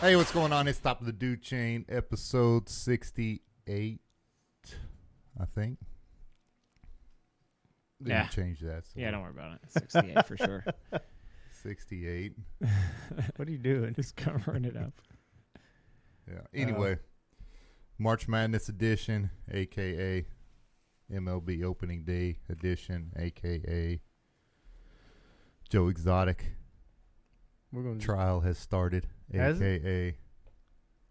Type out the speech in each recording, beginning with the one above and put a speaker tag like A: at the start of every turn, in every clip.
A: Hey, what's going on? It's Top of the Dude Chain, episode 68, I think. Didn't
B: Yeah.
A: change that. so
B: Yeah, don't worry about it. 68 for sure.
A: 68.
C: What are you doing?
B: Just covering it up.
A: Yeah. Anyway, March Madness edition, aka MLB Opening Day edition, aka Joe Exotic
C: We're going to
A: trial Mm. has started,
C: Has it?
A: aka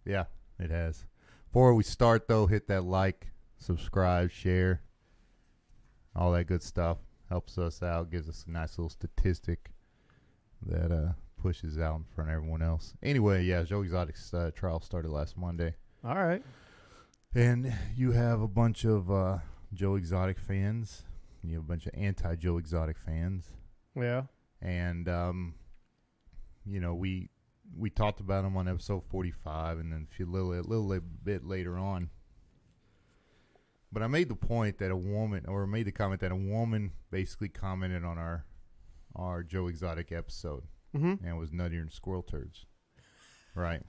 A: yeah, it has. Before we start though, hit that like, subscribe, share, all that good stuff helps us out, gives us a nice little statistic that uh pushes out in front of everyone else. Anyway, yeah, Joe Exotic's uh, trial started last Monday.
C: All right.
A: And you have a bunch of uh, Joe Exotic fans. You have a bunch of anti Joe Exotic fans,
C: Yeah.
A: and um, you know we we talked about him on episode forty five, and then a few little a little li- bit later on. But I made the point that a woman, or made the comment that a woman basically commented on our our Joe Exotic episode
C: Mm-hmm.
A: and it was nuttier than squirrel turds. Right.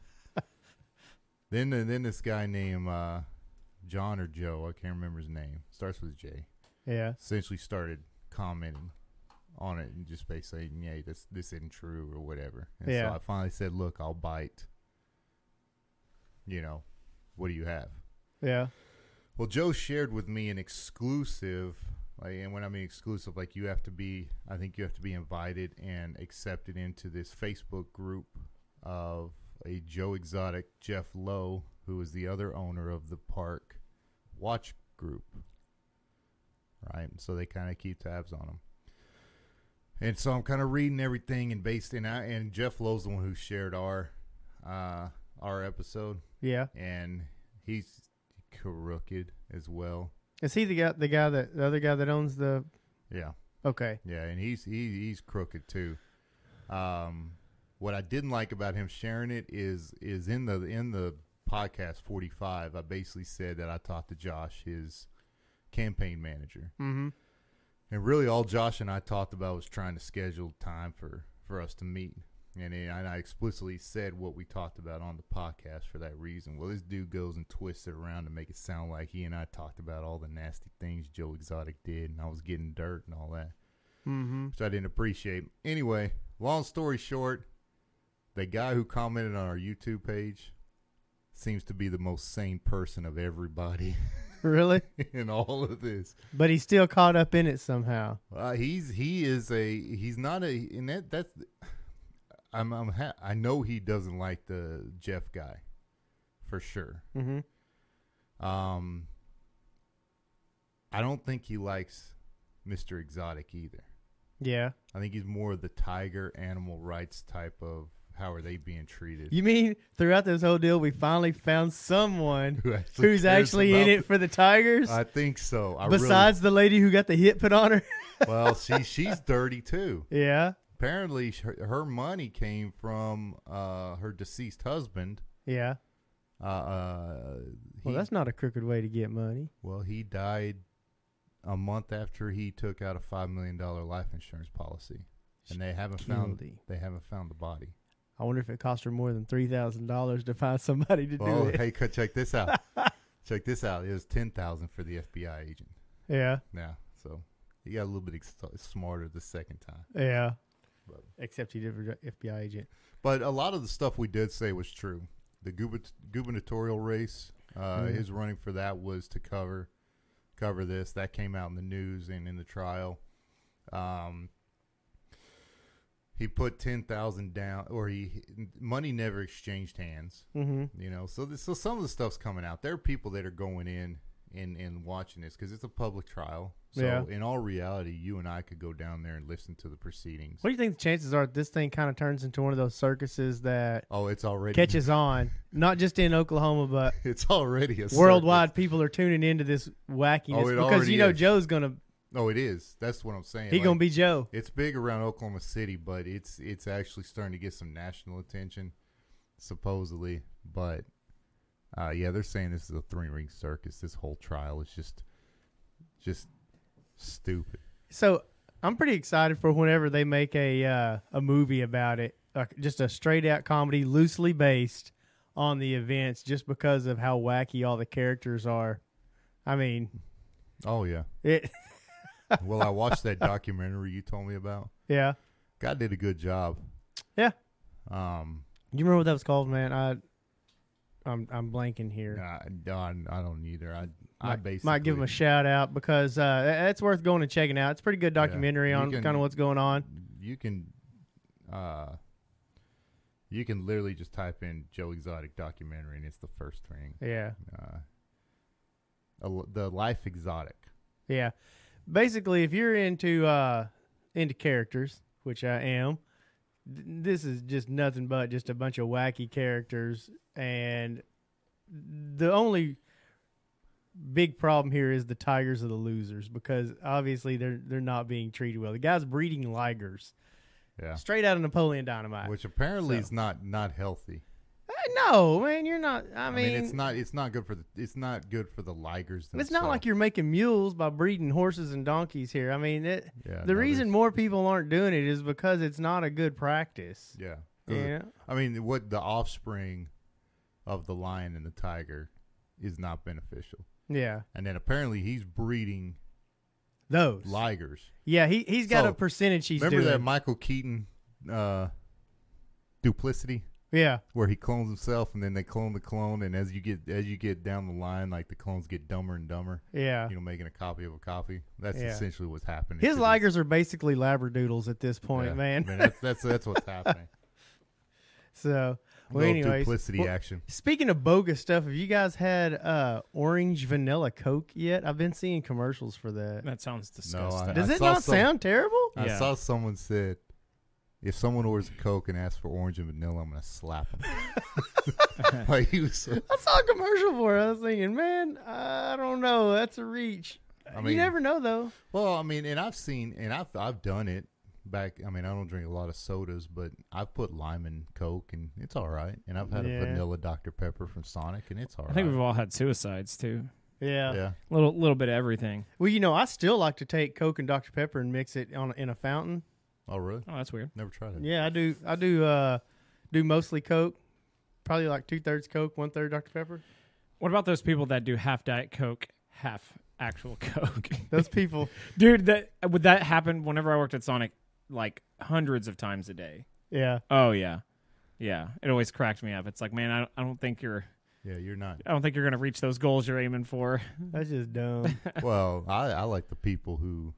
A: then then this guy named uh, John or Joe, I can't remember his name, starts with J.
C: Yeah.
A: Essentially started commenting on it and just basically saying, "Yeah, this this isn't true" or whatever. And
C: Yeah.
A: so I finally said, "Look, I'll bite." You know, what do you have?
C: Yeah.
A: Well, Joe shared with me an exclusive, like, and when I mean exclusive, like you have to be, I think you have to be invited and accepted into this Facebook group of a Joe Exotic, Jeff Lowe, who is the other owner of the park watch group. Right, so they kind of keep tabs on him. And so I'm kind of reading everything and based in I and Jeff Lowe's the one who shared our uh, our episode
C: Yeah.
A: and he's crooked as well.
C: Is he the guy? The guy that the other guy that owns the?
A: Yeah,
C: Okay.
A: yeah, and he's he, he's crooked too. Um, what I didn't like about him sharing it is is in the in the podcast forty five. I basically said that I talked to Josh, his campaign manager,
C: Mm-hmm.
A: and really all Josh and I talked about was trying to schedule time for for us to meet. And, he- and I explicitly said what we talked about on the podcast for that reason. Well, this dude goes and twists it around to make it sound like he and I talked about all the nasty things Joe Exotic did, and I was getting dirt and all that,
C: Mm-hmm.
A: which I didn't appreciate. Anyway, long story short, the guy who commented on our YouTube page seems to be the most sane person of everybody
C: Really?
A: in all of this.
C: But he's still caught up in it somehow.
A: Uh, he's he is a he's not a and that that's I'm I'm ha- I know he doesn't like the Jeff guy for sure.
C: Mm-hmm.
A: Um, I don't think he likes Mister Exotic either.
C: Yeah.
A: I think he's more of the tiger animal rights type of how are they being treated.
C: You mean throughout this whole deal, we finally found someone
A: Who actually
C: who's
A: cares
C: actually in
A: about
C: it for the Tigers?
A: the- I think so. I really-
C: besides the lady who got the hit put on her.
A: well, she she's dirty too.
C: Yeah.
A: Apparently, sh- her, her money came from uh, her deceased husband.
C: Yeah.
A: Uh, uh,
C: Well,
A: he-
C: that's not a crooked way to get money.
A: well, he died a month after he took out a five million dollar life insurance policy, and they haven't found
C: Guilty.
A: they haven't found the body.
C: I wonder if it cost her more than three thousand dollars to find somebody to
A: Oh,
C: do it.
A: hey, cut- check this out. check this out. It was ten thousand for the FBI agent.
C: Yeah,
A: Yeah, so he got a little bit ex- smarter the second time.
C: yeah.
A: But-
C: Except he did for FBI agent.
A: But a lot of the stuff we did say was true. The guber- gubernatorial race, uh,
C: Mhm.
A: his running for that was to cover cover this. That came out in the news and in the trial. Um, he put ten thousand down, or he money never exchanged hands.
C: Mm-hmm.
A: You know, so this, so some of the stuff's coming out. There are people that are going in and and watching this because it's a public trial. So
C: Yeah.
A: in all reality, you and I could go down there and listen to the proceedings.
C: What do you think the chances are this thing kind of turns into one of those circuses that
A: Oh, it's already
C: catches on, not just in Oklahoma, but
A: It's already a
C: worldwide? People are tuning into this wackiness
A: Oh, it
C: because
A: already
C: you know
A: is.
C: Joe's gonna
A: circus. No, Oh, it is. That's what I'm saying.
C: he
A: Like,
C: gonna be Joe.
A: It's big around Oklahoma City, but it's it's actually starting to get some national attention, supposedly. But uh, yeah, they're saying this is a three ring circus. This whole trial is just just stupid.
C: So I'm pretty excited for whenever they make a uh, a movie about it, like just a straight out comedy, loosely based on the events just because of how wacky all the characters are. I mean,
A: Oh yeah.
C: it.
A: Well, I watched that documentary you told me about.
C: Yeah.
A: God did a good job.
C: Yeah.
A: Um.
C: You remember what that was called, man? I, I'm I'm blanking here.
A: I, I, I don't either. I I
C: might,
A: basically
C: might give them a shout out because uh, that's worth going and checking out. It's a pretty good
A: Yeah,
C: documentary
A: you
C: on
A: can-
C: kind of what's going on.
A: You can, uh, you can literally just type in Joe Exotic documentary, and it's the first thing.
C: Yeah,
A: Uh, a- the life exotic.
C: yeah. Basically, if you're into uh, into characters, which I am, th- this is just nothing but just a bunch of wacky characters, and the only big problem here is the tigers are the losers because obviously they're they're not being treated well. The guy's breeding ligers
A: Yeah.
C: straight out of Napoleon Dynamite.
A: Which apparently
C: so-
A: is not not healthy.
C: Eh, no, man, you're not. I mean,
A: it's not it's not good for the it's not good for the ligers.
C: It's not like you're making mules by breeding horses and donkeys here. I mean, it,
A: Yeah,
C: the
A: no,
C: reason
A: there's-
C: more people aren't doing it is because it's not a good practice.
A: Yeah.
C: Yeah.
A: 'Cause I mean, what the offspring of the lion and the tiger is not beneficial.
C: Yeah.
A: And then apparently he's breeding
C: Those.
A: ligers.
C: yeah, he, he's got
A: So,
C: a percentage he's
A: Remember
C: doing.
A: that Michael Keaton uh, duplicity
C: yeah.
A: where he clones himself and then they clone the clone and as you get as you get down the line like the clones get dumber and dumber,
C: Yeah.
A: you know, making a copy of a copy. That's
C: Yeah.
A: essentially what's happening.
C: His
A: to this-
C: ligers are basically labradoodles at this point,
A: Yeah.
C: man.
A: I mean, that's, that's that's what's happening.
C: So, well,
A: Little
C: anyways.
A: duplicity
C: well,
A: action.
C: Speaking of bogus stuff, have you guys had uh, orange vanilla Coke yet? I've been seeing commercials for that.
B: That sounds
A: I-
B: disgusting.
C: Does
A: I
C: it
A: saw
C: not
A: some-
C: sound terrible?
A: I
B: Yeah.
A: saw someone said, if someone orders a Coke and asks for orange and vanilla, I'm gonna slap him. like he was,
C: I saw a commercial for it. I was thinking, man, I don't know. That's a reach.
A: I mean-
C: you never know, though.
A: well, I mean, and I've seen, and I've I've done it back. I mean, I don't drink a lot of sodas, but I've put lime in Coke, and it's all right. And I've had
C: Yeah.
A: a vanilla Dr Pepper from Sonic, and it's all right.
B: I think we've all had suicides too.
C: Yeah.
A: yeah,
B: Little little bit of everything.
C: Well, you know, I still like to take Coke and Dr Pepper and mix it on in a fountain.
A: oh really?
B: Oh, that's weird.
A: Never tried it.
C: Yeah, I do. I do. uh Do mostly Coke. Probably like two thirds Coke, one third Dr Pepper.
B: What about those people that do half diet Coke, half actual Coke?
C: Those people.
B: Dude, that would that happen whenever I worked at Sonic like hundreds of times a day.
C: yeah.
B: Oh yeah. Yeah. It always cracked me up. It's like, man, I don't, I don't think you're
A: Yeah, you're not.
B: I don't think you're going to reach those goals you're aiming for.
C: That's just dumb.
A: well, I, I like the people who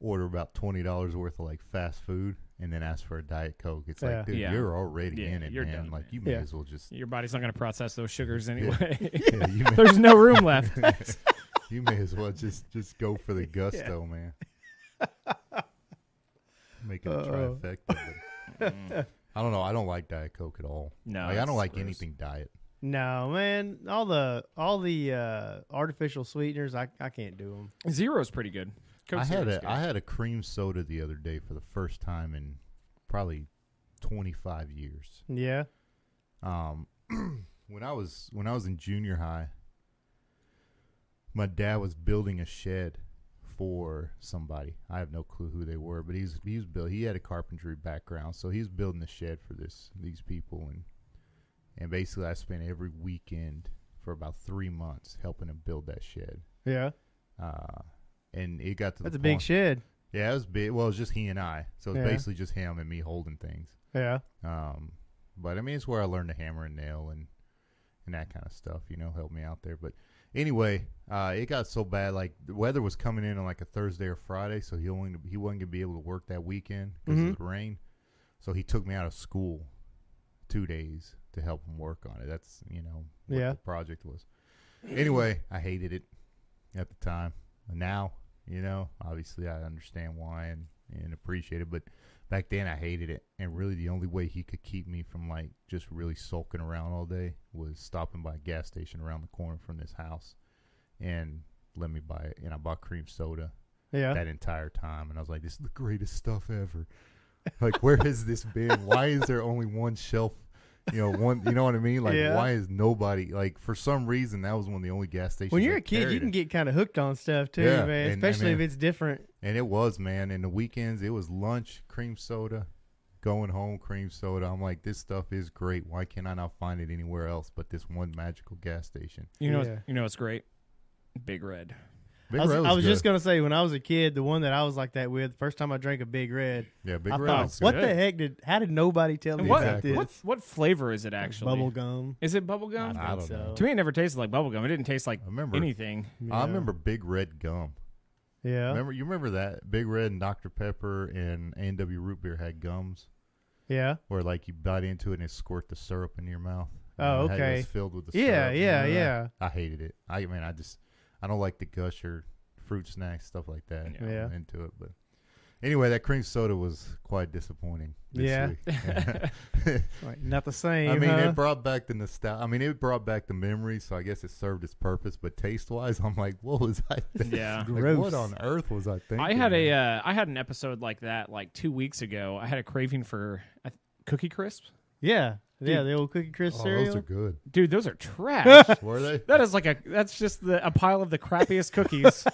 A: order about twenty dollars worth of like fast food and then ask for a diet coke. It's
C: Yeah.
A: like, dude,
B: Yeah.
A: you're already
B: Yeah,
A: in it,
B: you're
A: man.
B: done,
A: like
B: man.
A: you may
C: Yeah.
A: as well just.
B: Your body's not going to process those sugars anyway.
A: Yeah, you may-
B: There's no room left.
A: You may as well just just go for the gusto, man. Making a
C: Uh-oh.
A: trifecta. but- I don't know. I don't like Diet Coke at all.
B: No,
A: like, I
B: it's
A: don't like
B: gross.
A: anything diet.
C: no, man. All the all the uh artificial sweeteners, I I can't do them.
B: Zero's pretty good. Coke
A: I had
B: Zero's
A: a
B: good.
A: I had a cream soda the other day for the first time in probably twenty five years.
C: Yeah.
A: Um, when I was when I was in junior high, my dad was building a shed for somebody. I have no clue who they were, but he's he was built. He had a carpentry background, so he's building a shed for this these people, and and basically I spent every weekend for about three months helping him build that shed.
C: Yeah.
A: Uh, and it got to
C: That's
A: the
C: a big
A: point-
C: shed.
A: Yeah, it was big. Well, it was just he and I, so it's
C: Yeah.
A: basically just him and me holding things.
C: Yeah.
A: Um, but I mean, it's where I learned to hammer and nail and and that kind of stuff. You know, helped me out there. But anyway, uh, it got so bad. Like the weather was coming in on like a Thursday or Friday, so he only he wasn't gonna be able to work that weekend because
C: Mhm.
A: of the rain. So he took me out of school two days to help him work on it. That's you know what
C: Yeah.
A: the project was. Anyway, I hated it at the time. And now, you know, obviously I understand why and, and appreciate it, but back then I hated it. And really the only way he could keep me from like just really sulking around all day was stopping by a gas station around the corner from this house and let me buy it. And I bought cream soda
C: Yeah.
A: that entire time. And I was like, this is the greatest stuff ever. Like, where has this been? Why is there only one shelf? You know, one. You know what I mean? Like,
C: Yeah.
A: why is nobody like? For some reason, that was one of the only gas stations.
C: when you're
A: that
C: a kid,
A: carried
C: you
A: it.
C: can get kind of hooked on stuff too,
A: Yeah,
C: man.
A: and- and
C: Especially
A: then-
C: if it's different.
A: And it was, man. In the weekends, it was lunch, cream soda, going home cream soda. I'm like, this stuff is great. Why can't I not find it anywhere else but this one magical gas station?
B: You know,
C: Yeah.
B: you know, it's great. Big Red.
A: Big
C: I was,
A: Red
C: I was
A: good.
C: just gonna say when I was a kid, the one that I was like that with, first time I drank a Big Red,
A: yeah, Big
C: I
A: Red.
C: thought,
A: was good.
C: what the
B: good.
C: heck did? How did nobody tell me
B: And what,
C: about
A: Exactly.
C: this?
B: what what flavor is it actually?
C: Bubble gum.
B: Is it bubble gum?
A: I don't know.
B: To me, it never tasted like bubble gum. It didn't taste like
A: I remember.
B: anything.
A: I remember Big Red gum.
C: Yeah,
A: Remember you remember that Big Red and Dr Pepper and A and W root beer had gums
C: yeah,
A: where like you bite into it and it squirt the syrup into your mouth.
C: Oh,
A: And it had- it
C: okay.
A: was filled with the
C: yeah,
A: syrup.
C: yeah,
A: Remember that?
C: yeah.
A: I hated it. I mean, I just I don't like the gusher fruit snacks stuff like that.
B: Yeah.
A: I'm
C: Yeah.
A: into it, but anyway, that cream soda was quite disappointing. This
C: Yeah. Uh-huh.
A: week.
C: Like, not the same.
A: I mean,
C: huh?
A: it brought back the nostalgia. I mean, it brought back the memory, so I guess it served its purpose. But taste wise, I'm like, what was I? Thinking?
B: Yeah.
A: Like,
C: Gross.
A: what on earth was I thinking?
B: I had a
A: man?
B: uh, I had an episode like that like two weeks ago. I had a craving for I th- cookie crisps.
C: yeah, yeah,
B: Dude.
C: the old cookie crisp
A: Oh,
C: cereal.
A: those are good.
B: Dude, those are trash.
A: Were they?
B: that is like a that's just the, a pile of the crappiest cookies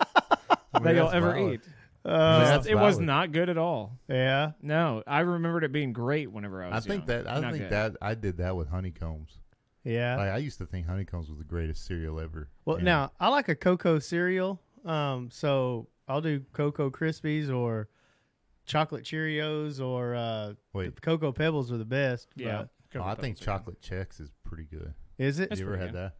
A: I mean,
B: that you'll
A: that's
B: ever
A: valid.
B: eat.
A: Yeah,
C: Uh,
A: that's
B: it was
A: valid.
B: not good at all.
C: yeah,
B: No, I remembered it being great whenever I
A: I
B: was.
A: think
B: young.
A: that I
B: Not
A: think
B: good.
A: that I did that with honeycombs.
C: yeah.
A: Like, I used to think honeycombs was the greatest cereal ever.
C: Well,
A: and
C: now I like a cocoa cereal. Um, so I'll do cocoa krispies or chocolate Cheerios or uh,
A: Wait.
C: cocoa pebbles are the best.
B: Yeah,
C: but-
A: oh, I think
B: Cocoa Pebbles are good.
A: chocolate checks is pretty good.
C: is it?
B: That's
A: you ever
B: pretty
A: had
B: good.
A: that?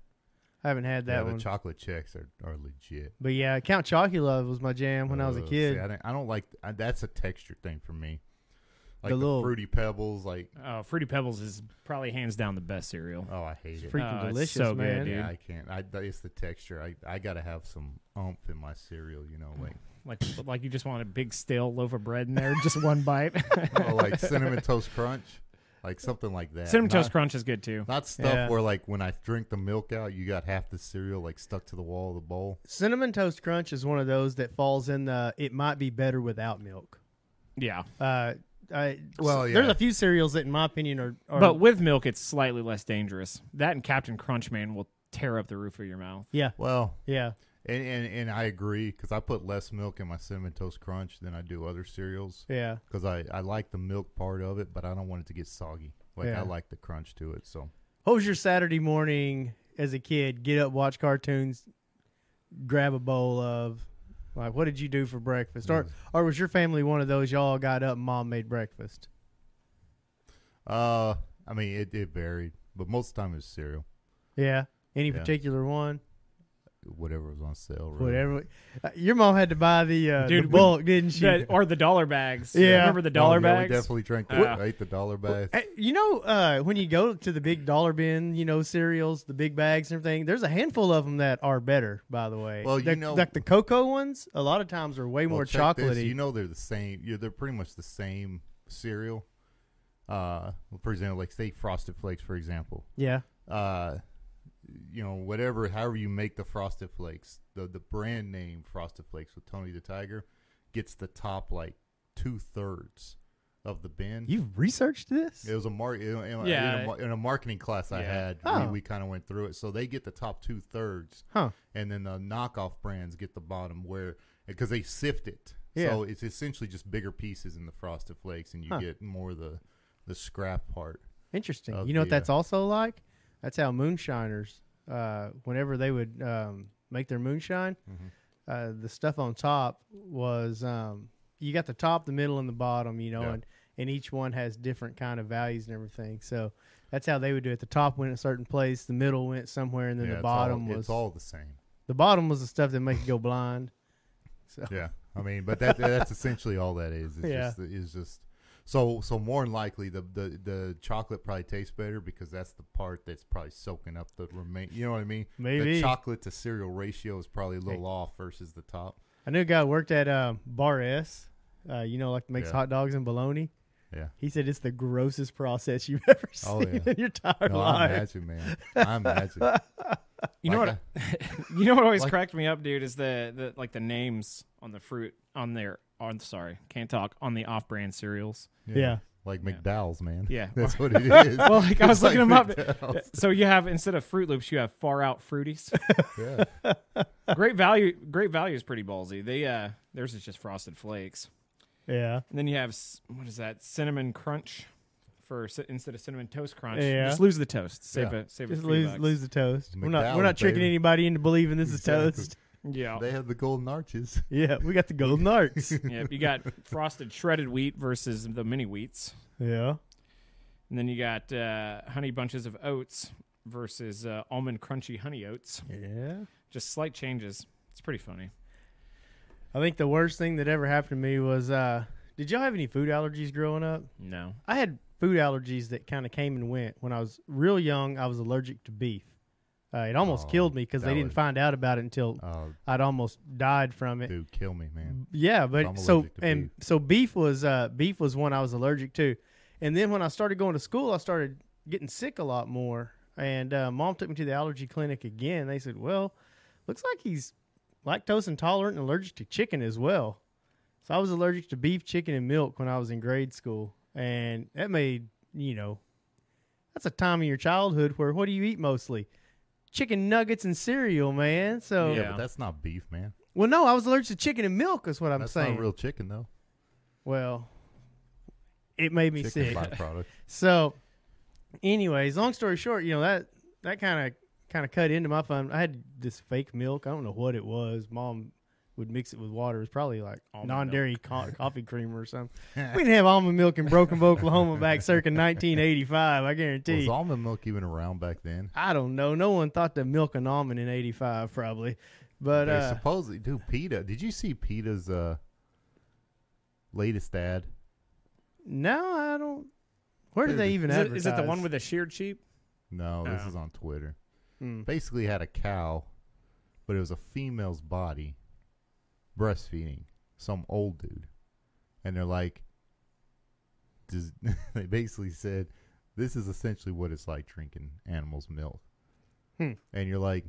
C: I haven't had
A: yeah,
C: that
A: the
C: one.
A: chocolate checks are, are legit.
C: but yeah, Count Chocula was my jam when I was a
A: Uh, see,
C: kid.
A: I, didn't- I don't like I, that's a texture thing for me. Like
C: The
A: the,
C: little-
A: fruity pebbles, like
B: Oh, Fruity Pebbles is probably hands down the best cereal.
A: oh, I hate it.
C: freaking
B: Oh, it's
C: delicious,
B: so good,
C: man.
B: dude.
A: yeah, I can't. I it's the texture. I I gotta have some oomph in my cereal. You know, like
B: Like like you just want a big stale loaf of bread in there, just one bite.
A: oh, like cinnamon toast crunch, like something like that.
B: Cinnamon
A: Not-
B: Toast Crunch is good too.
A: Not stuff
C: Yeah.
A: where like when I drink the milk out, you got half the cereal like stuck to the wall of the bowl.
C: Cinnamon Toast Crunch is one of those that falls in the it might be better without milk.
B: Yeah,
C: Uh, I,
A: Well,
C: there's
A: yeah.
C: a few cereals that, in my opinion, are, are
B: but with milk, it's slightly less dangerous. That and Captain Crunch Man will tear up the roof of your mouth.
C: yeah,
A: Well,
C: yeah,
A: and and, and I agree because I put less milk in my cinnamon toast crunch than I do other cereals
C: yeah.
A: because I I like the milk part of it, but I don't want it to get soggy. Like
C: Yeah.
A: I like the crunch to it. So
C: What was your Saturday morning as a kid? Get up, watch cartoons, grab a bowl of like what did you do for breakfast?
A: Mm.
C: Or or was your family one of those y'all got up and mom made breakfast?
A: uh, I mean it it varied, but most of the time it was cereal,
C: Yeah. Any
A: Yeah.
C: particular one?
A: whatever was on sale. Really.
C: Whatever. Uh, Your mom had to buy the uh,
B: Dude,
C: the
B: we-
C: bulk, didn't she?
B: That- or the dollar bags.
C: Yeah.
B: remember the
A: Oh,
B: dollar
A: yeah,
B: bags?
A: We definitely drank the
B: Yeah.
A: ate the dollar bags.
C: Uh, you know, uh, when you go to the big dollar bin, you know, cereals, the big bags and everything, there's a handful of them that are better, by the way.
A: Well, you
C: The-
A: know-
C: Like the cocoa ones, a lot of times are way
A: Well,
C: more
A: check this.
C: chocolatey.
A: You know they're the same. You're, they're pretty much the same cereal. Uh, for example, like say Frosted Flakes, for example.
C: yeah.
A: Uh, you know, whatever, however you make the Frosted Flakes, the the brand name Frosted Flakes with Tony the Tiger gets the top like two thirds of the bin.
C: You've researched this?
A: it was a mark in, in, in
B: Yeah.
A: a, mar- in a marketing class I
B: Yeah.
A: had.
C: Oh.
A: We, we kind of went through it, so they get the top two thirds
C: Huh.
A: and then the knockoff brands get the bottom where because they sift it.
C: Yeah.
A: So it's essentially just bigger pieces in the frosted flakes, and you
C: Huh.
A: get more of the the scrap part.
C: Interesting.
A: of
C: you know what
A: the, uh,
C: that's also like? That's how moonshiners, uh, whenever they would um, make their moonshine,
A: Mm-hmm.
C: uh, the stuff on top was um, you got the top, the middle, and the bottom. You know,
A: Yeah.
C: and and each one has different kind of values and everything. So that's how they would do it. The top went a certain place, the middle went somewhere, and then
A: Yeah,
C: the
A: it's
C: bottom
A: all,
C: was
A: it's all the same.
C: the bottom was the stuff that make you go blind.
A: Yeah, I mean, but that that's essentially all that is. It's
C: Yeah.
A: just is just so so more than likely the, the the chocolate probably tastes better because that's the part that's probably soaking up the remain. You know what I mean?
C: Maybe.
A: the chocolate to cereal ratio is probably a little off versus the top.
C: I knew a guy who worked at um, Bar S. Uh, you know, like makes
A: Yeah.
C: hot dogs and bologna.
A: Yeah.
C: He said it's the grossest process you've ever seen
A: Oh, yeah.
C: in your entire
A: No, I
C: life.
A: imagine, man. I imagine.
B: you know
A: Like
B: what? You know what always
A: Like-
B: cracked me up, dude, is the, the like the names on the fruit on their on sorry, can't talk on the off-brand cereals.
A: I-
C: Yeah.
A: like McDowell's, man.
B: Yeah.
A: that's what it is.
B: Well, like I was
A: It's like
B: looking them up.
A: McDowell's.
B: So you have instead of Fruit Loops, you have Far Out Fruities.
A: yeah.
B: great value, great value is pretty ballsy. They uh, theirs is just Frosted Flakes.
C: Yeah.
B: And then you have s- what is that? Cinnamon crunch for ci- instead of cinnamon toast crunch.
C: Yeah.
B: Just lose the toast. Save
A: Yeah.
B: a save
C: Just
B: a few
C: lose
B: bucks.
C: lose the toast. we're not we're
A: McDowell,
C: not tricking
A: baby.
C: anybody into believing this
A: Exactly.
C: is toast.
B: Yeah.
A: They have the golden arches.
C: Yeah, we got the golden arcs.
B: yep. You got frosted shredded wheat versus the mini wheats.
C: yeah.
B: And then you got uh, honey bunches of oats versus uh, almond crunchy honey oats.
C: Yeah.
B: Just slight changes. It's pretty funny.
C: I think the worst thing that ever happened to me was uh did y'all have any food allergies growing up?
B: No.
C: I had food allergies that kind of came and went. When I was real young, I was allergic to beef. Uh, it almost
A: Oh,
C: killed me because they
A: that
C: didn't
A: would-
C: find out about it until
A: Oh,
C: I'd almost died from it.
A: dude, kill me,
B: Mm.
A: man.
C: Yeah, but
A: I'm
C: so
A: allergic to
C: and so beef was uh, beef was one I was allergic to, and then when I started going to school, I started getting sick a lot more. And uh, mom took me to the allergy clinic again. They said, "Well, looks like he's lactose intolerant and allergic to chicken as well." So I was allergic to beef, chicken, and milk when I was in grade school, and that made you know that's a time in your childhood where what do you eat mostly? Chicken nuggets and cereal, man. So
A: Yeah,
B: Yeah.
A: but that's not beef, man.
C: well, no, I was allergic to chicken and milk. Is what I'm
A: that's
C: saying.
A: not real chicken though.
C: Well, it made me
A: chicken
C: sick.
A: byproduct.
C: So, anyways, long story short, you know that that kind of kind of cut into my fun. I had this fake milk. I don't know what it was. Mom would mix it with water. It was probably like
B: Almond
C: non-dairy co- coffee creamer or something. we didn't have almond milk in Broken Bow, Oklahoma back circa 1985. I guarantee.
A: Was almond milk even around back then?
C: I don't know. No one thought to milk an almond in '85, probably. But
A: They
C: uh,
A: supposedly, dude, PETA. Did you see PETA's uh, latest ad?
C: no, I don't. Where did they even
B: Is it,
C: advertise?
B: is it the one with the sheared sheep?
A: No, this
B: No.
A: is on Twitter.
C: Mm.
A: Basically, had a cow, but it was a female's body breastfeeding some old dude, and they're like, does, they basically said, this is essentially what it's like drinking animals' milk,
C: Hmm.
A: and you're like.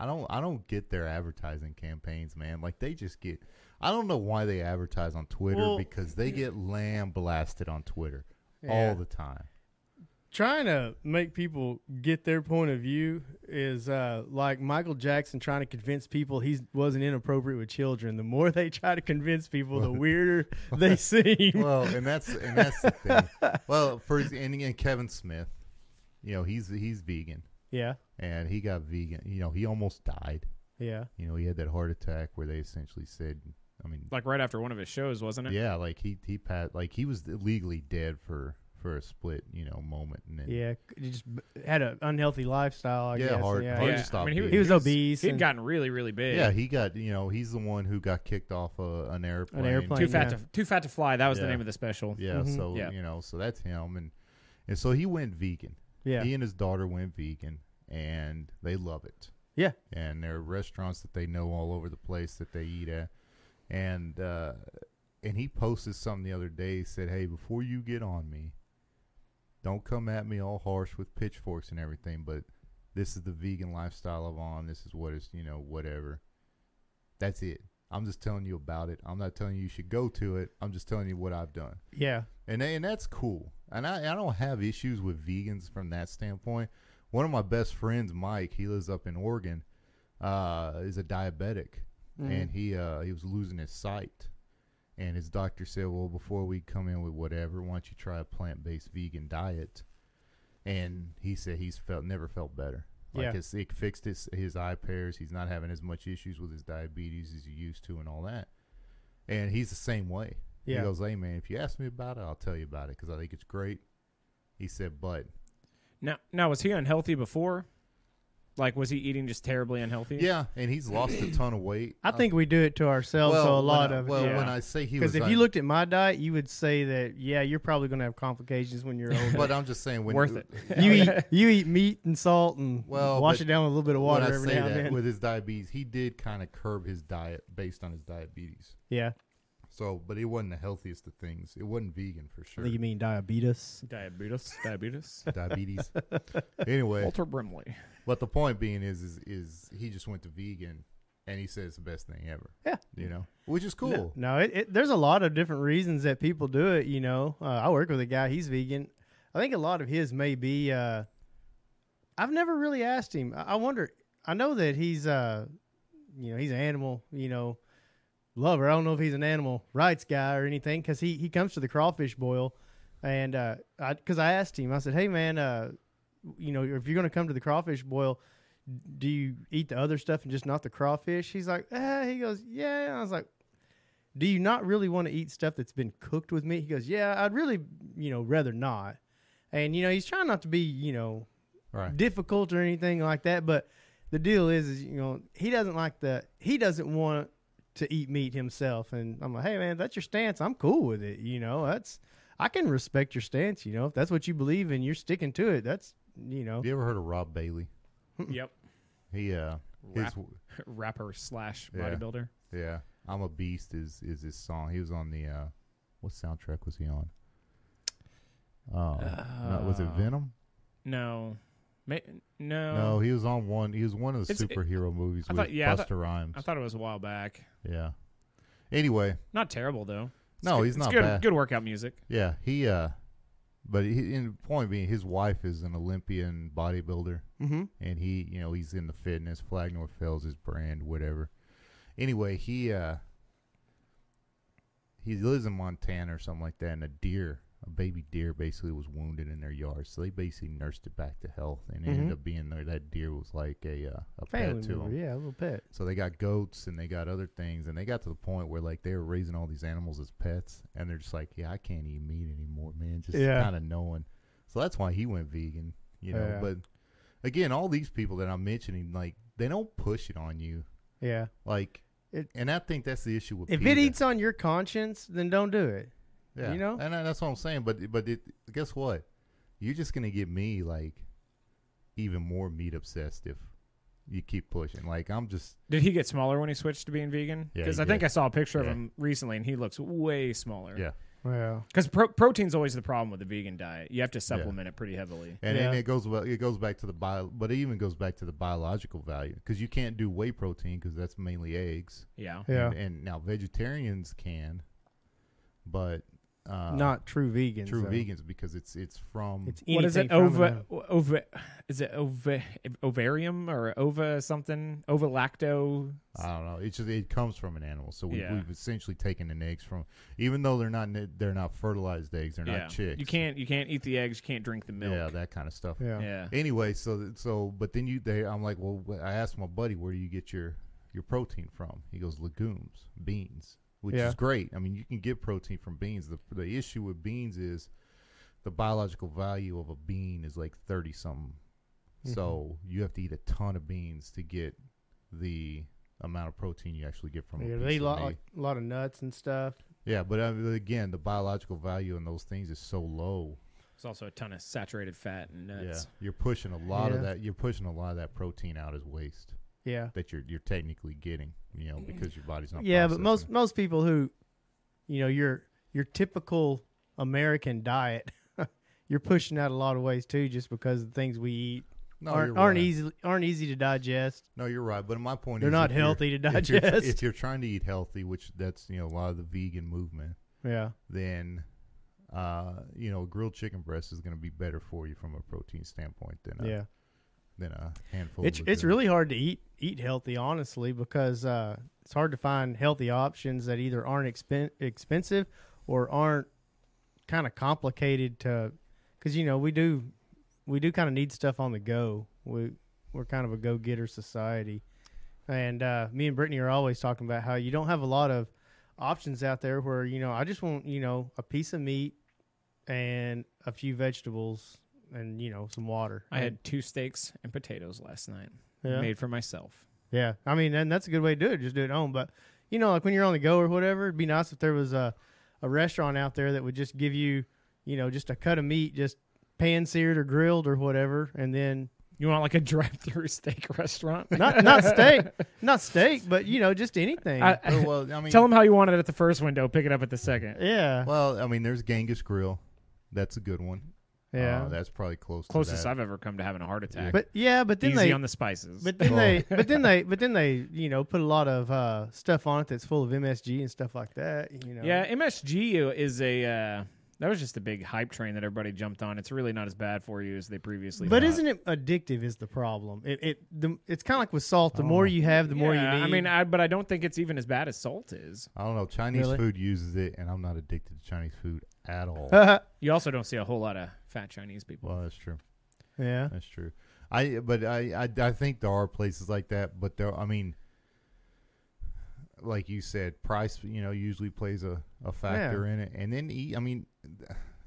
A: I don't I don't get their advertising campaigns, man. Like they just get I don't know why they advertise on Twitter
C: Well-
A: because they get lamb blasted on Twitter
C: Yeah.
A: all the time.
C: trying to make people get their point of view is uh, like Michael Jackson trying to convince people he wasn't inappropriate with children. The more they try to convince people, the weirder they seem.
A: well, and that's and that's the thing. Well, for his- and again, Kevin Smith, you know, he's he's vegan,
C: yeah,
A: and he got vegan. You know, he almost died.
C: yeah,
A: You know, he had that heart attack where they essentially said, I mean,
B: Like right after one of his shows, wasn't it?
A: yeah, like he he pat like he was legally dead for for a split you know moment, and then
C: yeah. He just b- had an unhealthy lifestyle. I
A: Yeah,
C: guess.
A: hard-
C: yeah,
A: hard
C: yeah.
A: to stop
B: I mean, he,
A: being-
C: He was obese
B: He had
C: and-
B: gotten really, really big.
A: Yeah, he got you know he's the one who got kicked off a, an airplane.
C: airplane.
B: Too
C: Like,
B: fat
C: yeah.
B: to too fat to fly. That was the
A: Yeah.
B: name of the special.
A: Yeah,
C: Mhm.
A: so
B: Yeah.
A: you know, so that's him, and and so he went vegan.
C: yeah.
A: He and his daughter went vegan, and they love it.
C: Yeah.
A: And there are restaurants that they know all over the place that they eat at, and uh, and he posted something the other day. Said, "Hey, before you get on me, don't come at me all harsh with pitchforks and everything, but this is the vegan lifestyle of on. This is what it's you know whatever. That's it. I'm just telling you about it. I'm not telling you you should go to it. I'm just telling you what I've done."
C: yeah.
A: and and that's cool. And I, I don't have issues with vegans from that standpoint. One of my best friends, Mike, he lives up in Oregon, uh, is a diabetic, and he uh, he was losing his sight, and his doctor said, "Well, before we come in with whatever, why don't you try a plant based vegan diet?" And he said he's felt never felt better. Like
C: Yeah.
A: his, it fixed his his eye pairs. He's not having as much issues with his diabetes as he used to, and all that. And he's the same way.
C: Yeah.
A: He goes, "Hey man, if you ask me about it, I'll tell you about it because I think it's great." He said, "But
B: Now, now was he unhealthy before? Like, was he eating just terribly unhealthy?
A: yeah, and he's lost a ton of weight.
C: I think we do it to ourselves.
A: Uh, well,
C: so a
A: when
C: lot
A: I-
C: of
A: well,
C: it.
A: when I say he was, uh,
C: Because if
A: un-
C: you looked at my diet, you would say that yeah, you're probably going to have complications when you're older.
A: but I'm just saying when
B: Worth it.
C: you eat you eat meat and salt and
A: Well,
C: wash
A: but
C: it down with a little bit of
A: when
C: water
A: I
C: every
A: say
C: now
A: that
C: and then.
A: with his diabetes, he did kind of curb his diet based on his diabetes.
C: yeah,
A: So, but it wasn't the healthiest of things. It wasn't vegan for
C: I
A: sure.
C: think you mean diabetes.
B: Diabetes. Diabetes.
A: diabetes. anyway,
B: Walter Brimley.
A: but the point being is, is, is he just went to vegan, and he said it's the best thing ever.
C: Yeah.
A: you know, which is cool.
C: No, it, it, there's a lot of different reasons that people do it. You know, uh, I work with a guy; he's vegan. I think a lot of his may be. Uh, I've never really asked him. I, I wonder. I know that he's, uh, you know, he's an animal, you know, love her. I don't know if he's an animal rights guy or anything because he, he comes to the crawfish boil. And because I, 'cause I asked him, I said, hey, man, uh, you know, if you're going to come to the crawfish boil, do you eat the other stuff and just not the crawfish? He's like, eh. he goes, yeah. I was like, do you not really want to eat stuff that's been cooked with meat? He goes, yeah, I'd really, you know, rather not. And, you know, he's trying not to be, you know,
A: Right.
C: difficult or anything like that. But the deal is, is you know, he doesn't like the he doesn't want to eat meat himself. And I'm like, hey man, that's your stance. I'm cool with it. You know, that's I can respect your stance. You know, if that's what you believe in, you're sticking to it. That's you know,
A: Have you ever heard of Rob Bailey?
B: Yep.
A: He uh, his,
B: Rap, rapper slash
A: Yeah.
B: bodybuilder.
A: yeah, I'm a beast is is his song. He was on the uh, what soundtrack was he on? Um, no, was it
B: Uh,
A: Venom?
B: No, Ma- no.
A: No, he was on one. He was one of the
B: uh, It's- it-
A: superhero movies
B: I
A: with
B: thought- yeah, I
A: Buster
B: thought-
A: Rhymes.
B: I thought it was a while back.
A: yeah. Anyway,
B: Not terrible though. It's
A: No,
B: good-
A: he's
B: it's
A: not
B: good,
A: bad.
B: Good workout music.
A: yeah, he. uh But he, in point being, his wife is an Olympian bodybuilder.
C: mm-hmm.
A: and he you know he's in the fitness flag north fails his brand whatever anyway he uh he lives in montana or something like that and a deer a baby deer basically was wounded in their yard so they basically nursed it back to health and it
C: Mhm.
A: ended up being there that deer was like a uh, a pet
C: family
A: to
C: member,
A: them
C: yeah, a little pet.
A: so they got goats and they got other things and they got to the point where like they were raising all these animals as pets and they're just like yeah i can't eat meat anymore man just
C: Yeah.
A: kind of knowing so that's why he went vegan you know
C: Yeah.
A: but again all these people that i'm mentioning like they don't push it on you
C: Yeah,
A: like
C: It-
A: and i think that's the issue with
C: if it
A: PETA.
C: eats on your conscience, then don't do it.
A: yeah.
C: you know?
A: and I- that's what i'm saying but but it, guess what you're just gonna get me like even more meat obsessed if you keep pushing like i'm just
B: Did he get smaller when he switched to being vegan?
A: Yeah,
B: Because
A: he
B: I think
A: did.
B: I saw a picture
A: Yeah.
B: of him recently, and he looks way smaller.
A: Yeah.
C: Well,
B: Because pro- protein's always the problem with the vegan diet. You have to supplement it pretty heavily.
A: and, and
C: Yeah.
A: it goes well, it goes back to the bio, but it even goes back to the biological value because you can't do whey protein because that's mainly eggs.
B: Yeah.
C: yeah,
A: And, and now vegetarians can, but uh,
C: not true vegans.
A: true
C: though.
A: vegans because it's it's from
C: It's
B: What is it?
C: anything from
B: Ova,
C: them.
B: ova, is it ova, ovarium or ova something? Ova lacto?
A: I don't know. It's just it comes from an animal, so we,
B: Yeah.
A: we've essentially taken an eggs from, even though they're not ne- they're not fertilized eggs, they're
B: yeah.
A: not chicks.
B: You can't you can't eat the eggs. You can't drink the milk.
A: yeah, that kind of stuff.
C: Yeah.
B: Yeah.
A: Anyway, so th- so but then you they I'm like, well, wh- I asked my buddy, where do you get your your protein from? He goes legumes, beans, which
C: Yeah.
A: is great. I mean, you can get protein from beans. The the issue with beans is the biological value of a bean is like 30 something.
C: Mm-hmm.
A: So you have to eat a ton of beans to get the amount of protein you actually get from
C: Yeah,
A: a
C: they
A: piece
C: eat a
A: of
C: lot,
A: meat.
C: like, a lot of nuts and stuff.
A: Yeah, but I mean, again, the biological value in those things is so low.
B: There's also a ton of saturated fat and nuts.
A: Yeah, you're pushing a lot of
C: Yeah.
A: that. You're pushing a lot of that protein out as waste
C: Yeah,
A: that you're you're technically getting, you know, because your body's not.
C: yeah but
A: processing
C: most
A: it.
C: most people who you know your your typical american diet you're pushing out a lot of ways too just because the things we eat
A: no,
C: aren't,
A: you're
C: aren't
A: right.
C: easy aren't easy to digest
A: No, you're right. But my point
C: They're
A: is,
C: not
A: if you're-
C: healthy to
A: if you're tr- If you're,
C: digest.
A: trying to eat healthy, which that's you know a lot of the vegan movement,
C: yeah
A: then uh, you know grilled chicken breast is going to be better for you from a protein standpoint than a,
C: yeah
A: than a handful.
C: it's
A: of
C: it's
A: legume.
C: really hard to eat eat healthy honestly because uh it's hard to find healthy options that either aren't expen- expensive or aren't kind of complicated to because you know we do we do kind of need stuff on the go we we're kind of a go-getter society and uh me and brittany are always talking about how you don't have a lot of options out there where you know i just want you know a piece of meat and a few vegetables and you know some water
B: I had two steaks and potatoes last night,
C: Yeah.
B: made for myself.
C: Yeah, I mean, and that's a good way to do it. Just do it at home. But you know, like when you're on the go or whatever, it'd be nice if there was a a restaurant out there that would just give you, you know, just a cut of meat, just pan seared or grilled or whatever, and then
B: You want like a drive-through steak restaurant?
C: not not steak, not steak, but you know, just anything.
B: I-
A: Oh, well. I mean,
B: Tell them how you want it at the first window. Pick it up at the second.
C: yeah,
A: well, I mean, there's Genghis Grill. That's a good one.
C: yeah.
A: Uh, that's probably close.
B: Closest
A: to that.
B: I've ever come to having a heart attack.
C: but yeah, but then
B: Easy
C: they,
B: on the spices.
C: but then they, but then they, but then they, you know, put a lot of uh, stuff on it that's full of MSG and stuff like that. You know,
B: yeah, MSG is a uh, That was just a big hype train that everybody jumped on. It's really not as bad for you as they previously.
C: But
B: thought.
C: isn't it addictive? Is the problem? It, it the, it's kind of like with salt. The more you have, the more you
B: Oh. Yeah,
C: need.
B: I mean, I, but I don't think it's even as bad as salt is.
A: I don't know. Chinese
C: Really?
A: food uses it, and I'm not addicted to Chinese food at all.
B: You also don't see a whole lot of fat Chinese people.
A: well, that's true.
C: yeah.
A: That's true. I but I, I I think there are places like that, but there I mean, like you said, price you know usually plays a a factor in it, and then eat. I mean,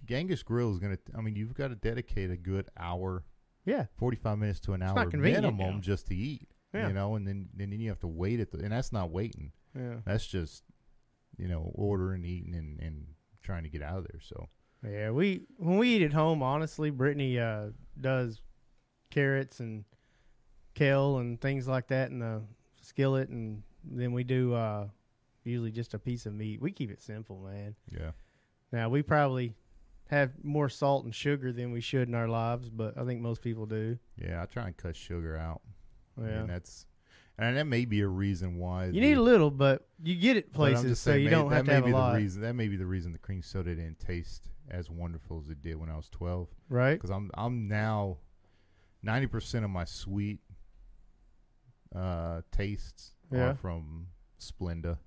A: Genghis Grill is gonna. I mean, you've got to dedicate a good hour,
C: Yeah.
A: forty five minutes to an hour
C: convenient
A: minimum
B: now.
A: just to eat.
C: Yeah.
A: You know, and then then you have to wait at the, and that's not waiting.
C: Yeah.
A: That's just you know ordering, eating, and and trying to get out of there. So
C: Yeah, we when we eat at home, honestly, Brittany uh, does carrots and kale and things like that in the skillet, and then we do uh, usually just a piece of meat. We keep it simple, man.
A: yeah,
C: Now we probably have more salt and sugar than we should in our lives, but I think most people do.
A: yeah. I try and cut sugar out. I mean,
C: Yeah,
A: that's and that may be a reason why
C: you need
A: the-
C: a little, but you get it
A: but I'm
C: places,
A: just
C: so
A: saying,
C: you
A: may-
C: don't
A: that
C: have to
A: may
C: have a
A: be the
C: lot,
A: Reason, that may be the reason the cream soda didn't taste as wonderful as it did when I was twelve.
C: right?
A: Because I'm I'm now ninety percent of my sweet uh, tastes
C: Yeah.
A: are from Splenda.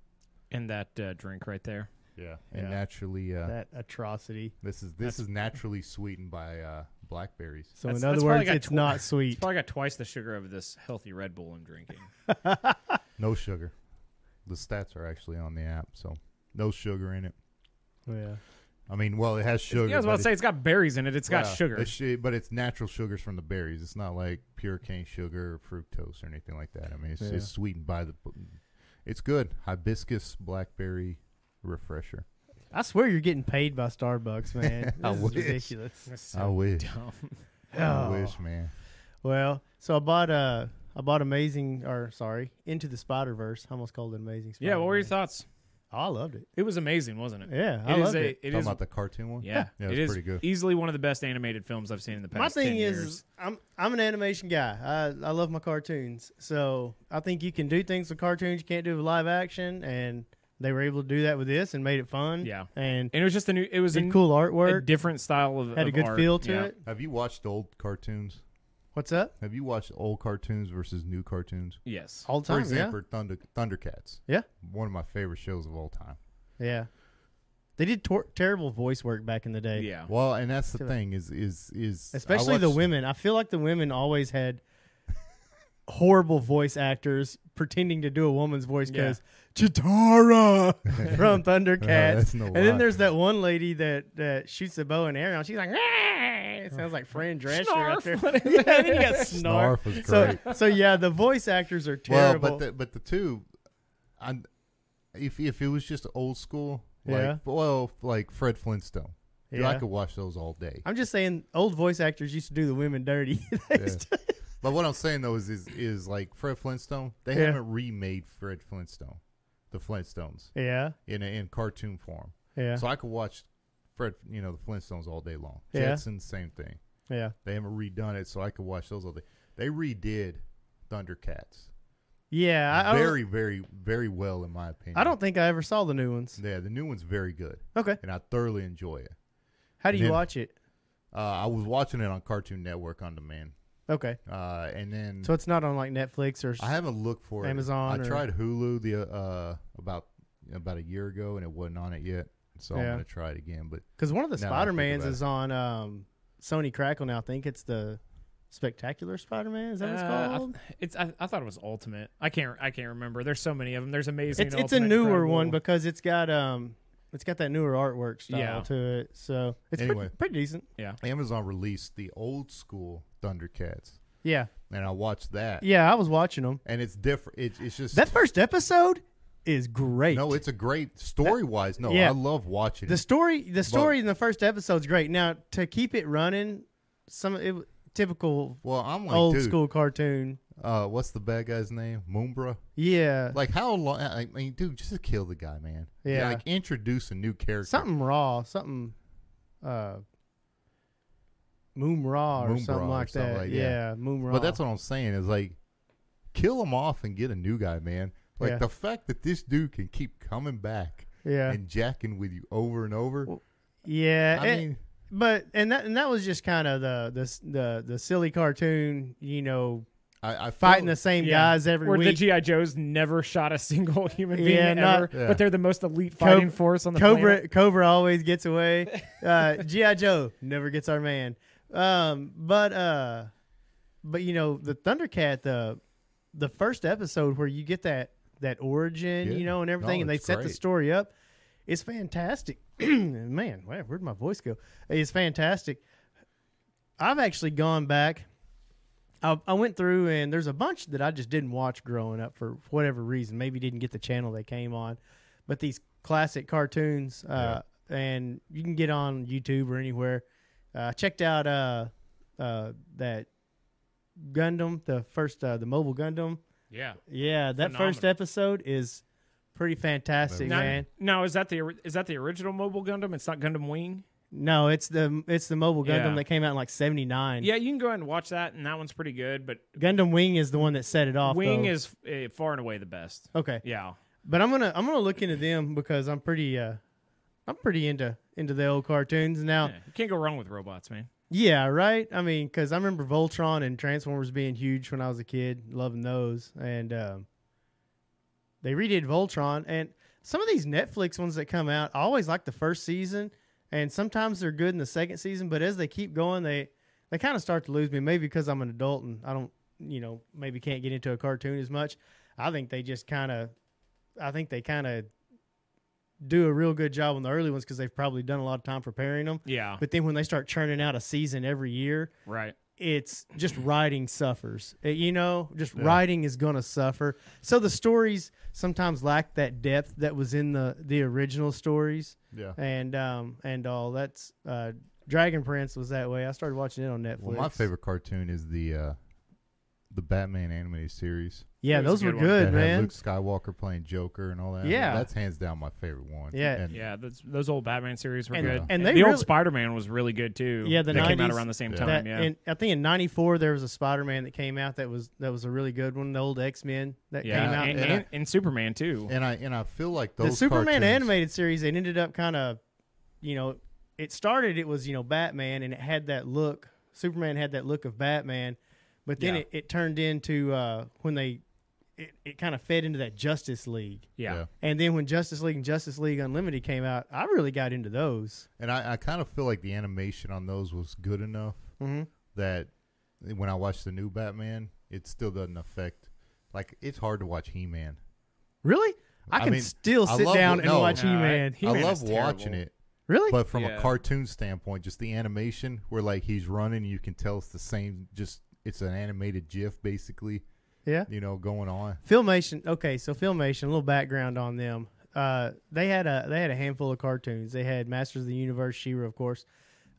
B: And that uh, drink right there.
A: Yeah, and
C: Yeah.
A: naturally, uh,
C: That atrocity.
A: this is this is naturally sweetened by uh, blackberries.
C: So
B: That's-
C: in other
B: that's why I
C: words,
B: got
C: it's
B: tw-
C: not
B: It's
C: sweet.
B: probably got twice the sugar of this healthy Red Bull I'm drinking.
A: No sugar. The stats are actually on the app, so no sugar in it.
C: yeah.
A: I mean, well, it has sugar.
B: yeah, I was
A: but
B: about to
A: it-
B: say it's got berries in it. It's got
A: Well,
B: sugar.
A: it's sh- but it's natural sugars from the berries. It's not like pure cane sugar or fructose or anything like that. I mean, it's,
C: Yeah.
A: it's sweetened by the. It's good. Hibiscus blackberry refresher.
C: I swear you're getting paid by Starbucks, man.
A: I
C: This is
A: wish.
C: ridiculous.
B: That's
A: I
B: so
A: wish.
B: dumb.
A: I
C: Oh.
A: wish, man.
C: Well, so I bought uh I bought Amazing or sorry, Into the Spider Verse. I almost called it Amazing Spider.
B: Yeah, what were your thoughts?
C: I loved it.
B: It was amazing, wasn't it?
C: Yeah, I
B: It is
C: loved
B: a-
C: it.
B: it
A: Talking
B: is
A: about the cartoon one.
B: yeah,
A: yeah,
B: it
A: it's
B: is
A: pretty good.
B: easily one of the best animated films I've seen in the past.
C: My
B: 10
C: thing is,
B: years.
C: I'm I'm an animation guy. I I love my cartoons. So I think you can do things with cartoons you can't do with live action, and they were able to do that with this and made it fun.
B: Yeah.
C: and
B: and it was just a new. It was a,
C: did cool
B: a
C: artwork.
B: different style of
C: had a
B: of
C: good
B: art.
C: feel to
B: Yeah.
C: it.
A: Have you watched old cartoons?
C: What's up?
A: Have you watched old cartoons versus new cartoons?
B: Yes,
C: All the time.
A: For example, Thunder Thundercats.
C: Yeah.
A: one of my favorite shows of all time.
C: yeah. yeah. They did tor- terrible voice work back in the day.
B: yeah.
A: Well, and that's the
C: Sure.
A: thing is is is I
C: especially the
A: watched-
C: women. I feel like the women always had horrible voice actors pretending to do a woman's voice
B: Yeah.
C: because Chitara from
A: that's
C: Thundercats.
A: no
C: and
A: lie.
C: then there's that one lady that, that shoots a bow and arrow. and She's like, "Rah!" it sounds like Fran Drescher out there.
B: Snarf.
C: Yeah, then you got snarf.
A: Snarf was great.
C: So, so yeah, the voice actors are terrible.
A: Well, but the, but the two, I, if if it was just old school, like
C: Yeah.
A: well, like Fred Flintstone, dude, I
C: Yeah.
A: could watch those all day.
C: I'm just saying, old voice actors used to do the women dirty. They
A: Yeah.
C: used
A: But what I'm saying though is is, is like Fred Flintstone, they
C: Yeah.
A: haven't remade Fred Flintstone, the Flintstones
C: to- yeah,
A: in a, in cartoon form,
C: yeah,
A: so I could watch Fred, you know, the Flintstones all day long.
C: Yeah.
A: Jetson, same thing.
C: yeah.
A: They haven't redone it, so I could watch those all day. They redid Thundercats
C: Yeah, I, I, don't-
A: very, very, very well, in my opinion.
C: I don't think I ever saw the new ones.
A: Yeah, the new one's very good,
C: Okay.
A: and I thoroughly enjoy it.
C: How do you
A: Then-
C: watch it?
A: Uh, I was watching it on Cartoon Network on demand,
C: Okay.
A: uh, and then
C: So it's not on like Netflix or s-
A: I haven't looked for
C: Amazon
A: It. I
C: or-
A: tried Hulu the uh, about about a year ago, and it wasn't on it yet, so I'm
C: Yeah.
A: gonna try it again. But
C: Because one of the
A: Now that I
C: Spider
A: think
C: Mans
A: about
C: is on um, Sony Crackle now. I think it's the Spectacular Spider Man. Is that what it's
B: Uh, I-
C: called?
B: It's I, I thought it was Ultimate. I can't I can't remember. There's so many of them. There's amazing.
C: It's it's a
B: Ultimate,
C: newer
B: Incredible.
C: one because it's got um it's got that newer artwork style
B: Yeah.
C: to it. So it's
A: Anyway.
C: pretty, pretty decent.
A: Amazon released the old school Thundercats,
C: Yeah,
A: and I watched that,
C: yeah. I was watching them.
A: and it's different. It, it's just
C: That first episode is great.
A: no, it's a great story wise. No,
C: yeah.
A: I love watching
C: the
A: it.
C: story. The story in the first episode is great. Now to keep it running, some it, typical
A: Well, I'm like,
C: old
A: dude,
C: school cartoon.
A: Uh, what's the bad guy's name? Moombra.
C: Yeah,
A: Like how long? I mean, dude, just kill the guy, man.
C: Yeah.
A: Like introduce a new character.
C: something raw, something uh moon raw or
A: Moon
C: something
A: raw or
C: like
A: something
C: that.
A: like-
C: yeah.
A: yeah.
C: moon raw.
A: But that's what I'm saying is like, kill him off and get a new guy, man. Like
C: Yeah.
A: the fact that this dude can keep coming back
C: yeah.
A: and jacking with you over and over.
C: Well, eh, Yeah,
A: I
C: it-
A: mean,
C: but and that and that was just kind of the the s- the the silly cartoon, you know,
A: I, I
C: fighting
A: feel-
C: the same
D: Yeah.
C: guys every
D: Where the
C: week.
D: GI Joes never shot a single human being
C: Yeah, not-
D: ever,
A: Yeah.
D: but they're the most elite
C: Cobra-
D: fighting force on the
C: Cobra
D: planet.
C: Cobra always gets away. Uh, GI Joe never gets our man. Um, but uh, but you know the Thundercat the the first episode where you get that that origin,
A: Yeah.
C: you know, and
A: No,
C: everything, and they
A: it's
C: set the
A: great.
C: story up. It's fantastic, man. Where, where'd my voice go? It's fantastic. I've actually gone back. I, I went through and there's a bunch that I just didn't watch growing up for whatever reason. Maybe didn't get the channel they came on, but these classic cartoons, uh, and you can get on YouTube or anywhere. Uh, I checked out uh, uh, that Gundam, the first, uh, the mobile Gundam.
B: Yeah.
C: Yeah, that first
B: Phenomenal.
C: episode is pretty fantastic,
A: Now-
C: man.
B: Now is that the ori- is that the original Mobile Gundam? It's not Gundam Wing.
C: No, it's the it's the mobile Gundam
B: Yeah.
C: that came out in like '79.
B: Yeah, you can go ahead and watch that, and that one's pretty good. But
C: Gundam Wing is the one that set it off.
B: Wing
C: though.
B: is uh, far and away the best.
C: okay.
B: Yeah.
C: But I'm gonna I'm gonna look into them because I'm pretty uh I'm pretty into into the old cartoons now.
B: yeah. You can't go wrong with robots, man.
C: Yeah, right. I mean, because I remember Voltron and Transformers being huge when I was a kid, loving those, and um, they redid Voltron. And some of these Netflix ones that come out, I always like the first season, and sometimes they're good in the second season. But as they keep going, they they kind of start to lose me. Maybe because I'm an adult and I don't, you know, maybe can't get into a cartoon as much. I think they just kind of, I think they kind of do a real good job on the early ones because they've probably done a lot of time preparing them.
B: Yeah.
C: But then when they start churning out a season every year,
B: Right.
C: it's just writing suffers. Uh, You know, just
A: Yeah.
C: writing is going to suffer. So the stories sometimes lack that depth that was in the the original stories
A: yeah.
C: and um and all. That's uh Dragon Prince was that way. I started watching it on Netflix.
A: Well, my favorite cartoon is the uh, the Batman animated series.
C: Yeah,
B: That was
C: those
B: a good
C: were
B: one.
C: good,
A: that had
C: man.
A: Luke Skywalker playing Joker and all that.
C: Yeah.
A: that's hands down my favorite one.
C: Yeah.
A: and
B: Yeah. That's, those old Batman series were
C: And,
B: good.
C: and
B: the
C: they
B: old
C: really,
B: Spider Man was really good too.
C: Yeah, the
B: that came out
C: 90s,
B: around the same
A: yeah.
B: time.
C: that,
B: yeah.
C: and I think in '94 there was a Spider-Man that came out that was that was a really good one. The old X-Men that
B: yeah.
C: came out.
B: and,
A: and I-
B: and- and Superman too.
A: and I and I feel like
C: the
A: those
C: Superman
A: cartoons-
C: animated series, it ended up kind of, you know, it started it was you know Batman and it had that look. Superman had that look of Batman, but then
B: Yeah.
C: it, it turned into uh, when they, it, it kind of fed into that Justice League,
B: yeah.
A: yeah.
C: and then when Justice League and Justice League Unlimited came out, I really got into those.
A: And I, I kind of feel like the animation on those was good enough
C: Mm-hmm.
A: that when I watch the new Batman, it still doesn't affect. Like it's hard to watch He Man.
C: Really, I
A: I
C: can
A: mean,
C: still
A: I
C: sit
A: love
C: down
A: what-
C: and
A: no.
C: watch
B: No, I-
C: He-Man.
A: I
B: He-Man
A: love
B: is terrible.
A: watching it,
C: Really?
A: but from
B: Yeah.
A: a cartoon standpoint, just the animation where like he's running, you can tell it's the same. Just it's an animated GIF basically,
C: yeah.
A: you know, going on.
C: Filmation. Okay, so Filmation. A little background on them. Uh, they had a they had a handful of cartoons. They had Masters of the Universe, She-Ra, of course.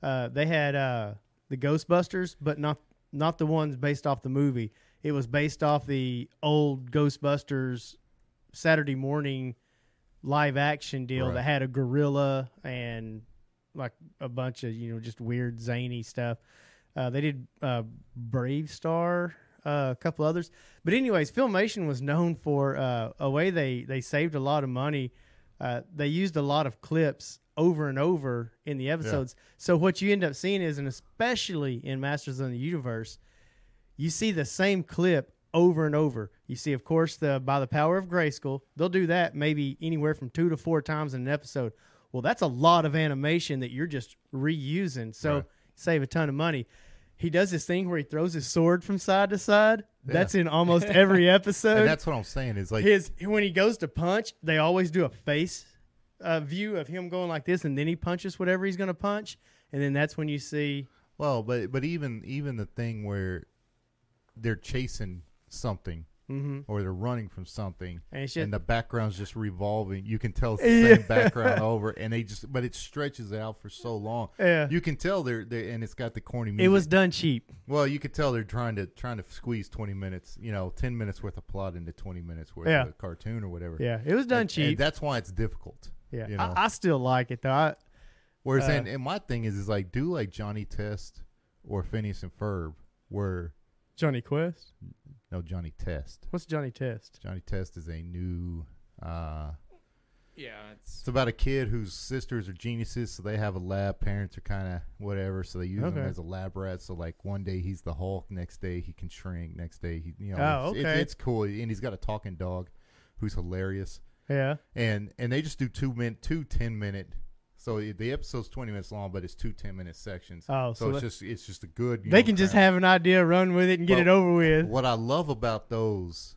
C: Uh, they had uh, the Ghostbusters, but not not the ones based off the movie. It was based off the old Ghostbusters Saturday morning live action deal
A: Right.
C: that had a gorilla and like a bunch of you know just weird zany stuff. Uh, they did uh, Brave Star, uh, a couple others, but anyways, Filmation was known for uh, a way they they saved a lot of money. Uh, they used a lot of clips over and over in the episodes. So what you end up seeing is, and especially in Masters of the Universe, you see the same clip over and over. You see, of course, the by the power of Grayskull, they'll do that maybe anywhere from two to four times in an episode. Well, that's a lot of animation that you're just reusing, so
A: Right.
C: save a ton of money. He does this thing where he throws his sword from side to side. That's in almost every
A: And
C: episode.
A: that's what I'm saying is like
C: His when he goes to punch, they always do a face uh, view of him going like this, and then he punches whatever he's going to punch, and then that's when you see
A: Well, but but even even the thing where they're chasing something or they're running from something,
C: Mm-hmm. And it's just-
A: the background's just revolving. You can tell it's the same background over, and they just but it stretches out for so long.
C: Yeah.
A: you can tell they're they and it's got the corny. Music.
C: it was done cheap.
A: well, you could tell they're trying to trying to squeeze twenty minutes, you know, ten minutes worth of plot into twenty minutes worth
C: Yeah.
A: of cartoon or whatever.
C: Yeah, it was
A: And-
C: done
A: and
C: cheap.
A: that's why it's difficult.
C: Yeah,
A: you know?
C: I, I still like it though. I,
A: Whereas,
C: Uh,
A: and, and my thing is, is like do like Johnny Test or Phineas and Ferb, where
C: Johnny Quest.
A: no Johnny Test.
C: What's Johnny Test?
A: Johnny Test is a new uh,
B: Yeah, it's
A: It's about a kid whose sisters are geniuses, so they have a lab. Parents are kind of whatever, so they use him
C: Okay.
A: as a lab rat. So like one day he's the Hulk, next day he can shrink, next day he, you know,
C: Oh,
A: it's, it's,
C: okay.
A: it's cool. And he's got a talking dog, who's hilarious.
C: Yeah.
A: And and they just do two min, two ten minute. So the the episode's twenty minutes long, but it's two 10 minute sections.
C: Oh,
A: so,
C: so
A: it's
C: that-
A: just it's just a good. you
C: They
A: know,
C: can just
A: crap.
C: have an idea, run with it, and get it
A: Well,
C: over with.
A: What I love about those,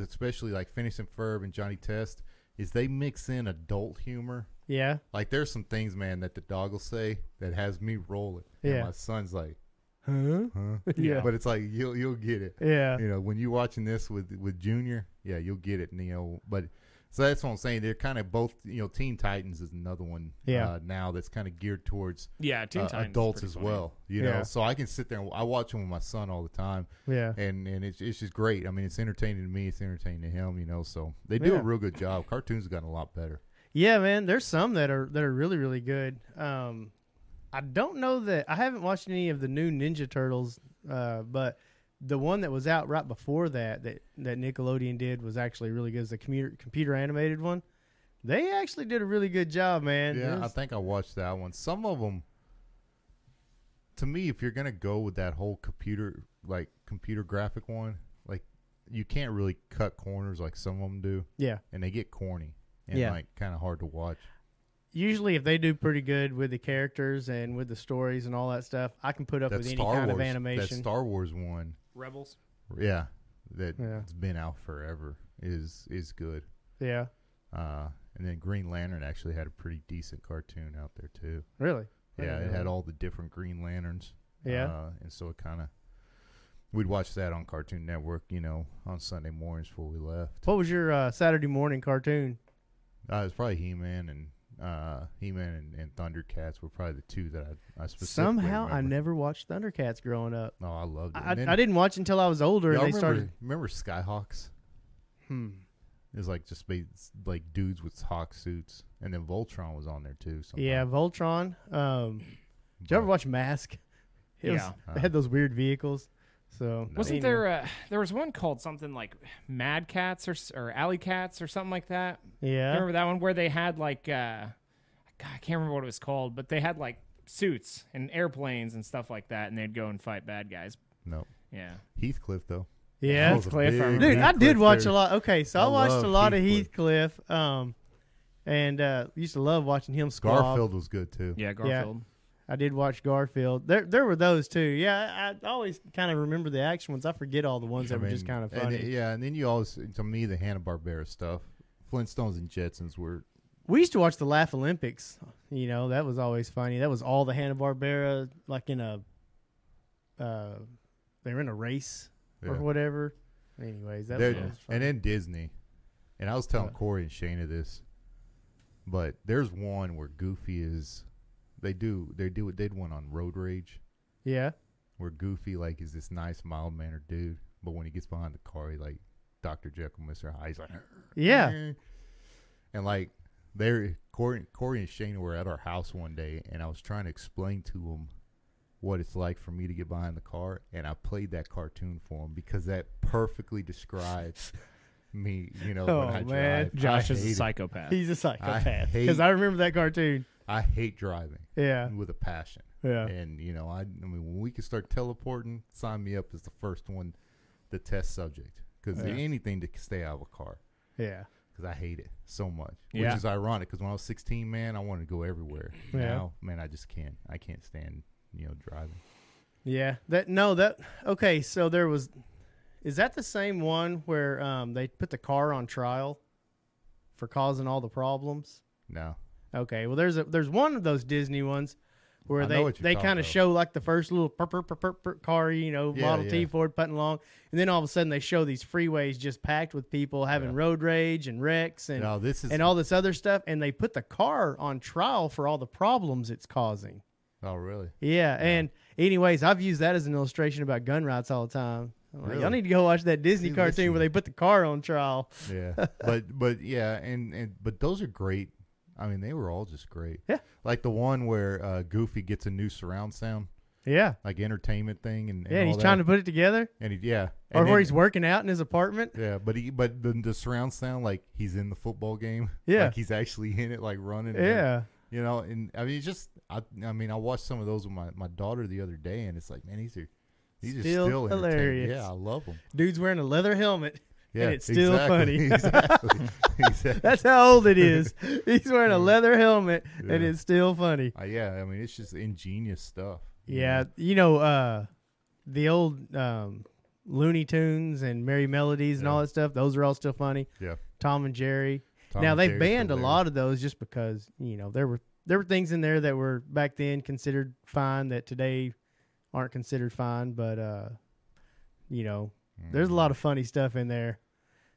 A: especially like Phineas and Ferb and Johnny Test, is they mix in adult humor.
C: Yeah.
A: Like there's some things, man, that the dog will say that has me rolling. And
C: Yeah.
A: my son's like,
C: Huh?
A: huh?
D: Yeah.
A: But it's like you'll you'll get it.
C: Yeah.
A: You know, when you're watching this with with Junior, yeah, you'll get it. And, you know, but so that's what I'm saying. They're kind of both. You know, Teen Titans is another one.
C: Yeah.
A: Uh, now that's kind of geared towards
B: yeah, Teen
A: uh,
B: Titans is
A: adults
B: pretty
A: as
B: funny.
A: well. You know,
C: Yeah.
A: so I can sit there. and I watch them with my son all the time,
C: Yeah.
A: and and it's it's just great. I mean, it's entertaining to me. It's entertaining to him. You know, so they do a
C: Yeah.
A: real good job. Cartoons have gotten a lot better.
C: Yeah, man. There's some that are that are really really good. Um, I don't know that I haven't watched any of the new Ninja Turtles, uh, but the one that was out right before that that that Nickelodeon did was actually really good. It was the computer computer animated one. They actually did a really good job, man.
A: Yeah,
C: It
A: I
C: was-
A: think I watched that one. Some of them, to me, if you're gonna go with that whole computer like computer graphic one, like you can't really cut corners like some of them do,
C: yeah.
A: and they get corny and
C: Yeah.
A: like kind of hard to watch.
C: Usually, if they do pretty good with the characters and with the stories and all that stuff, I can put up
A: That
C: with any
A: Star
C: kind
A: Wars,
C: of
A: that
C: animation.
A: Star Wars one,
B: Rebels.
A: yeah, that
C: Yeah.
A: has been out forever is is good.
C: yeah,
A: Uh, and then Green Lantern actually had a pretty decent cartoon out there too.
C: really.
A: Yeah, it
C: Yeah.
A: had all the different Green Lanterns.
C: Yeah.
A: Uh, and so it kind of, we'd watch that on Cartoon Network, you know, on Sunday mornings before we left.
C: What was your uh, Saturday morning cartoon?
A: Uh, it was probably He Man and uh, He Man and, and Thundercats were probably the two that I, I specifically
C: Somehow, I
A: remember.
C: never watched Thundercats growing up.
A: No, I loved it.
C: I,
A: And then-
C: I didn't watch until I was older,
A: y'all
C: and they
A: remember,
C: started.
A: Remember Skyhawks?
C: Hmm.
A: It was like just ba- like dudes with hawk suits, and then Voltron was on there too. Sometime.
C: Yeah, Voltron. Um, did you ever
A: But-
C: watch Mask? It was-
B: Yeah.
C: they had those weird vehicles. So
A: No.
B: Wasn't
C: anyway.
B: there a there was one called something like Mad Cats or s- or Alley Cats or something like that? You
C: Yeah.
B: remember that one where they had like uh, God, I can't remember what it was called, but they had like suits and airplanes and stuff like that, and they'd go and fight bad guys.
A: no
B: Yeah,
A: Heathcliff though. That
C: Yeah.
A: was a
B: Cliff, I
A: big
B: remember.
C: Dude, I
A: Heathcliff
C: did watch
A: theory.
C: a lot. Okay, so I,
A: I
C: watched
A: love
C: a lot of
A: Heathcliff.
C: Heathcliff. Um, and uh, used to love watching him squab.
A: Garfield was good too.
B: yeah,
C: Garfield. I did watch Garfield. There, there were those too. Yeah, I, I always kind of remember the action ones. I forget all the ones that
A: I
C: were just
A: mean,
C: kind of
A: and
C: funny.
A: it- yeah, and then you always, to me, the Hanna Barbera stuff, Flintstones and Jetsons were
C: We used to watch the Laugh Olympics. You know, that was always funny. That was all the Hanna Barbera, like in a, uh, they were in a race or
A: Yeah.
C: whatever. Anyways, that
A: There-
C: was always funny.
A: and then Disney. And I was telling
C: Yeah.
A: Corey and Shana this, but there's one where Goofy is. They do they do did one on Road Rage
C: yeah,
A: where Goofy like is this nice mild mannered dude, but when he gets behind the car, he like Doctor Jekyll, Mister Hyde. He's like,
C: yeah,
A: "Eh." and like they Corey, Corey and Shana were at our house one day, and I was trying to explain to them what it's like for me to get behind the car, and I played that cartoon for them because that perfectly describes me. You know,
C: Oh,
A: when I
C: man.
A: drive,
B: Josh
A: I
B: is
A: hate
B: a
A: it.
B: psychopath.
C: he's a psychopath because
A: hate-
C: I, remember that cartoon.
A: I hate driving
C: Yeah,
A: with a passion,
C: yeah,
A: and you know, I, I mean, when we can start teleporting, sign me up as the first one, the test subject, because
C: Yeah.
A: anything to stay out of a car.
C: yeah,
A: because I hate it so much.
B: Yeah.
A: Which is ironic because when I was 16, man, I wanted to go everywhere.
C: Yeah.
A: Now, man, I just can't. I can't stand you know driving.
C: yeah. That no, that okay. So there was, is that the same one where um they put the car on trial for causing all the problems?
A: No,
C: Okay, well there's a there's one of those Disney ones where
A: I know
C: they
A: what you're
C: they
A: talking
C: kind of
A: about.
C: show like the first little perp, perp, perp, perp, perp car, you know,
A: Yeah,
C: Model T
A: yeah.
C: Ford putting along, and then all of a sudden they show these freeways just packed with people having
A: Yeah.
C: road rage and wrecks and
A: no, this is
C: and all this other stuff, and they put the car on trial for all the problems it's causing.
A: oh really?
C: Yeah, and anyways, I've used that as an illustration about gun rights all the time. I'm like, Y'all
A: Really?
C: need to go watch that Disney
A: See,
C: cartoon where
A: listen.
C: they put the car on trial.
A: Yeah, but but yeah, and and but those are great. I mean, they were all just great.
C: Yeah.
A: like the one where uh, Goofy gets a new surround sound.
C: Yeah.
A: like entertainment thing, and, and
C: Yeah,
A: all
C: and he's
A: that.
C: trying to put it together.
A: and he, yeah,
C: Or
A: and
C: where
A: then-
C: he's working out in his apartment.
A: Yeah, but he but the, the surround sound like he's in the football game.
C: Yeah.
A: like he's actually in it, like running. and-
C: Yeah.
A: you know, and I mean, it's just I I mean, I watched some of those with my, my daughter the other day, and it's like, man, these are these
C: Still
A: are still entertaining.
C: hilarious.
A: Yeah, I love them.
C: Dude's wearing a leather helmet.
A: Yeah,
C: it's still
A: exactly,
C: funny.
A: exactly. exactly.
C: That's how old it is. He's wearing a leather helmet and
A: Yeah.
C: it's still funny.
A: Uh, yeah, I mean, it's just ingenious stuff. you
C: Yeah,
A: know?
C: you know, uh the old um Looney Tunes and Merry Melodies and
A: Yeah.
C: all that stuff, those are all still funny.
A: yeah.
C: Tom and Jerry.
A: Tom
C: now
A: and
C: they've
A: Jerry's
C: banned a
A: hilarious.
C: lot of those just because, you know, there were there were things in there that were back then considered fine that today aren't considered fine, but uh you know, there's a lot of funny stuff in there.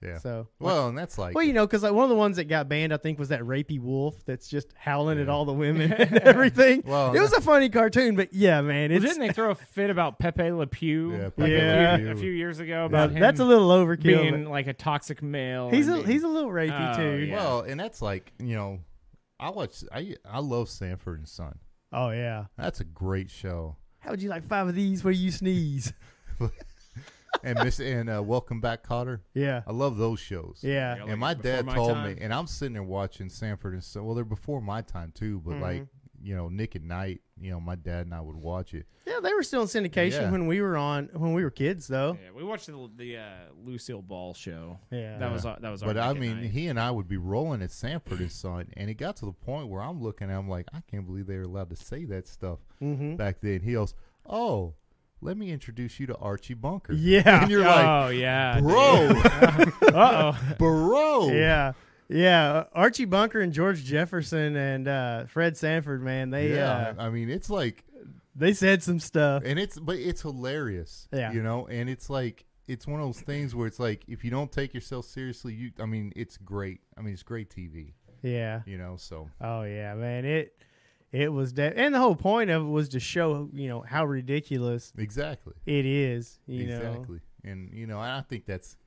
A: Yeah.
C: So
A: well, and that's like
C: Mm. Well, you know, because like one of the ones that got banned, I think, was that rapey wolf that's just howling at all the women and everything.
A: Well,
C: it was a funny cartoon, but yeah, man,
B: Well,
C: it's
B: didn't they throw a fit about Pepe Le Pew?
A: Yeah,
B: like,
A: Pepe
C: Le
B: a, few,
A: Pew.
B: a few years ago
C: uh,
B: about him
C: that's a little overkill.
B: being like a toxic male.
C: but he's
B: and
C: a
B: being-
C: he's a little rapey
B: Oh,
C: too.
B: yeah.
A: well, and that's like you know, I watch I I love Sanford and Son.
C: Oh yeah,
A: That's a great show.
C: how would you like five of these where you sneeze?
A: And Miss and uh, Welcome Back, Cotter.
C: Yeah,
A: I love those shows.
C: Oh, yeah,
B: Yeah.
A: and my
B: Before
A: dad
B: my
A: told
B: time.
A: me, and I'm sitting there watching Sanford and Son. Well, they're before my time too, but like you know, Nick at Night. You know, my dad and I would watch it.
C: yeah. They were still in syndication
A: Yeah.
C: when we were on when we were kids, though.
B: Yeah, we watched the, the uh, Lucille Ball show.
C: Yeah.
B: that was our- that was. Our
A: But I
B: Nick at
A: mean,
B: Night.
A: he and I would be rolling at Sanford and Son, and it got to the point where I'm looking, and I'm like, I can't believe they were allowed to say that stuff
C: Mm-hmm.
A: back then. He goes, "Oh, let me introduce you to Archie Bunker."
C: Yeah.
A: and you're
B: oh yeah,
A: like, "Bro,
B: Uh oh.
A: bro,
C: Yeah. Yeah, uh, Archie Bunker and George Jefferson and uh, Fred Sanford, man, they
A: yeah."
C: uh,
A: I mean, it's like
C: they said some stuff.
A: and it's but it's hilarious
C: Yeah.
A: you know and it's like it's one of those things where it's like if you don't take yourself seriously you i mean it's great i mean it's great tv
C: Yeah,
A: you know so
C: Oh yeah, man it it was de- and the whole point of it was to show you know how ridiculous
A: exactly
C: it is, you know,
A: exactly and you know and i think that's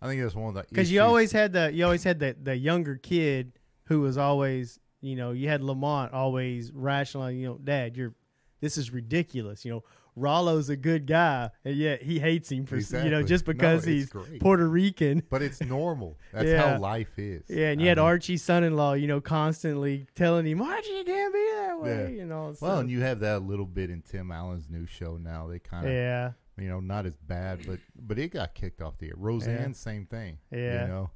A: i think that's one of the
C: because you
A: issues-
C: always had the you always had the the younger kid who was always you know you had Lamont always rationalizing you know Dad you're this is ridiculous you know Rollo's a good guy and yet he hates him for you know
A: Exactly.
C: just
A: No,
C: because
A: it's
C: he's
A: great.
C: Puerto Rican.
A: but it's normal that's
C: Yeah.
A: how life is
C: Yeah, and you
A: I
C: had
A: mean,
C: Archie's son-in-law, you know, constantly telling him, "Archie, you can't be that way,"
A: Yeah.
C: and all. that
A: well
C: stuff.
A: and you have that little bit in tim allen's new show now they kind of
C: yeah,
A: you know not as bad but but it got kicked off the air roseanne same thing
C: Yeah.
A: you know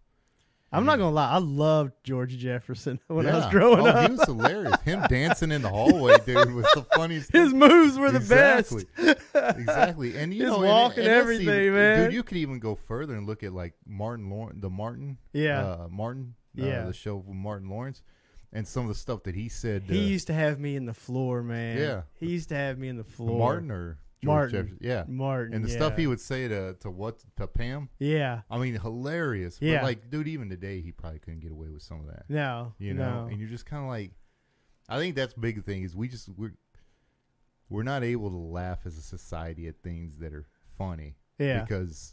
C: I'm not gonna lie, I loved George Jefferson when I was
A: Yeah.
C: growing
A: oh,
C: up.
A: He was hilarious. Him dancing in the hallway, dude, was the funniest.
C: His moves were the
A: exactly.
C: best.
A: exactly. And you
C: His
A: know,
C: walk
A: and,
C: and
A: that's even-
C: everything, man.
A: Dude, you could even go further and look at like Martin Lawrence, the Martin,
C: Yeah.
A: uh, Martin, uh,
C: Yeah.
A: the show with Martin Lawrence, and some of the stuff that he said.
C: He
A: uh,
C: used to have me in the floor, man.
A: Yeah.
C: he used to have me in the floor.
A: Martin or George
C: Martin.
A: Jefferson. yeah,
C: Martin,
A: and the
C: yeah.
A: stuff he would say to to what to Pam.
C: yeah,
A: I mean, hilarious.
C: Yeah.
A: But like, dude, even today, he probably couldn't get away with some of that.
C: no,
A: you know
C: no.
A: and you're just kind of like i think that's the big thing is we just we're we're not able to laugh as a society at things that are funny
C: yeah,
A: because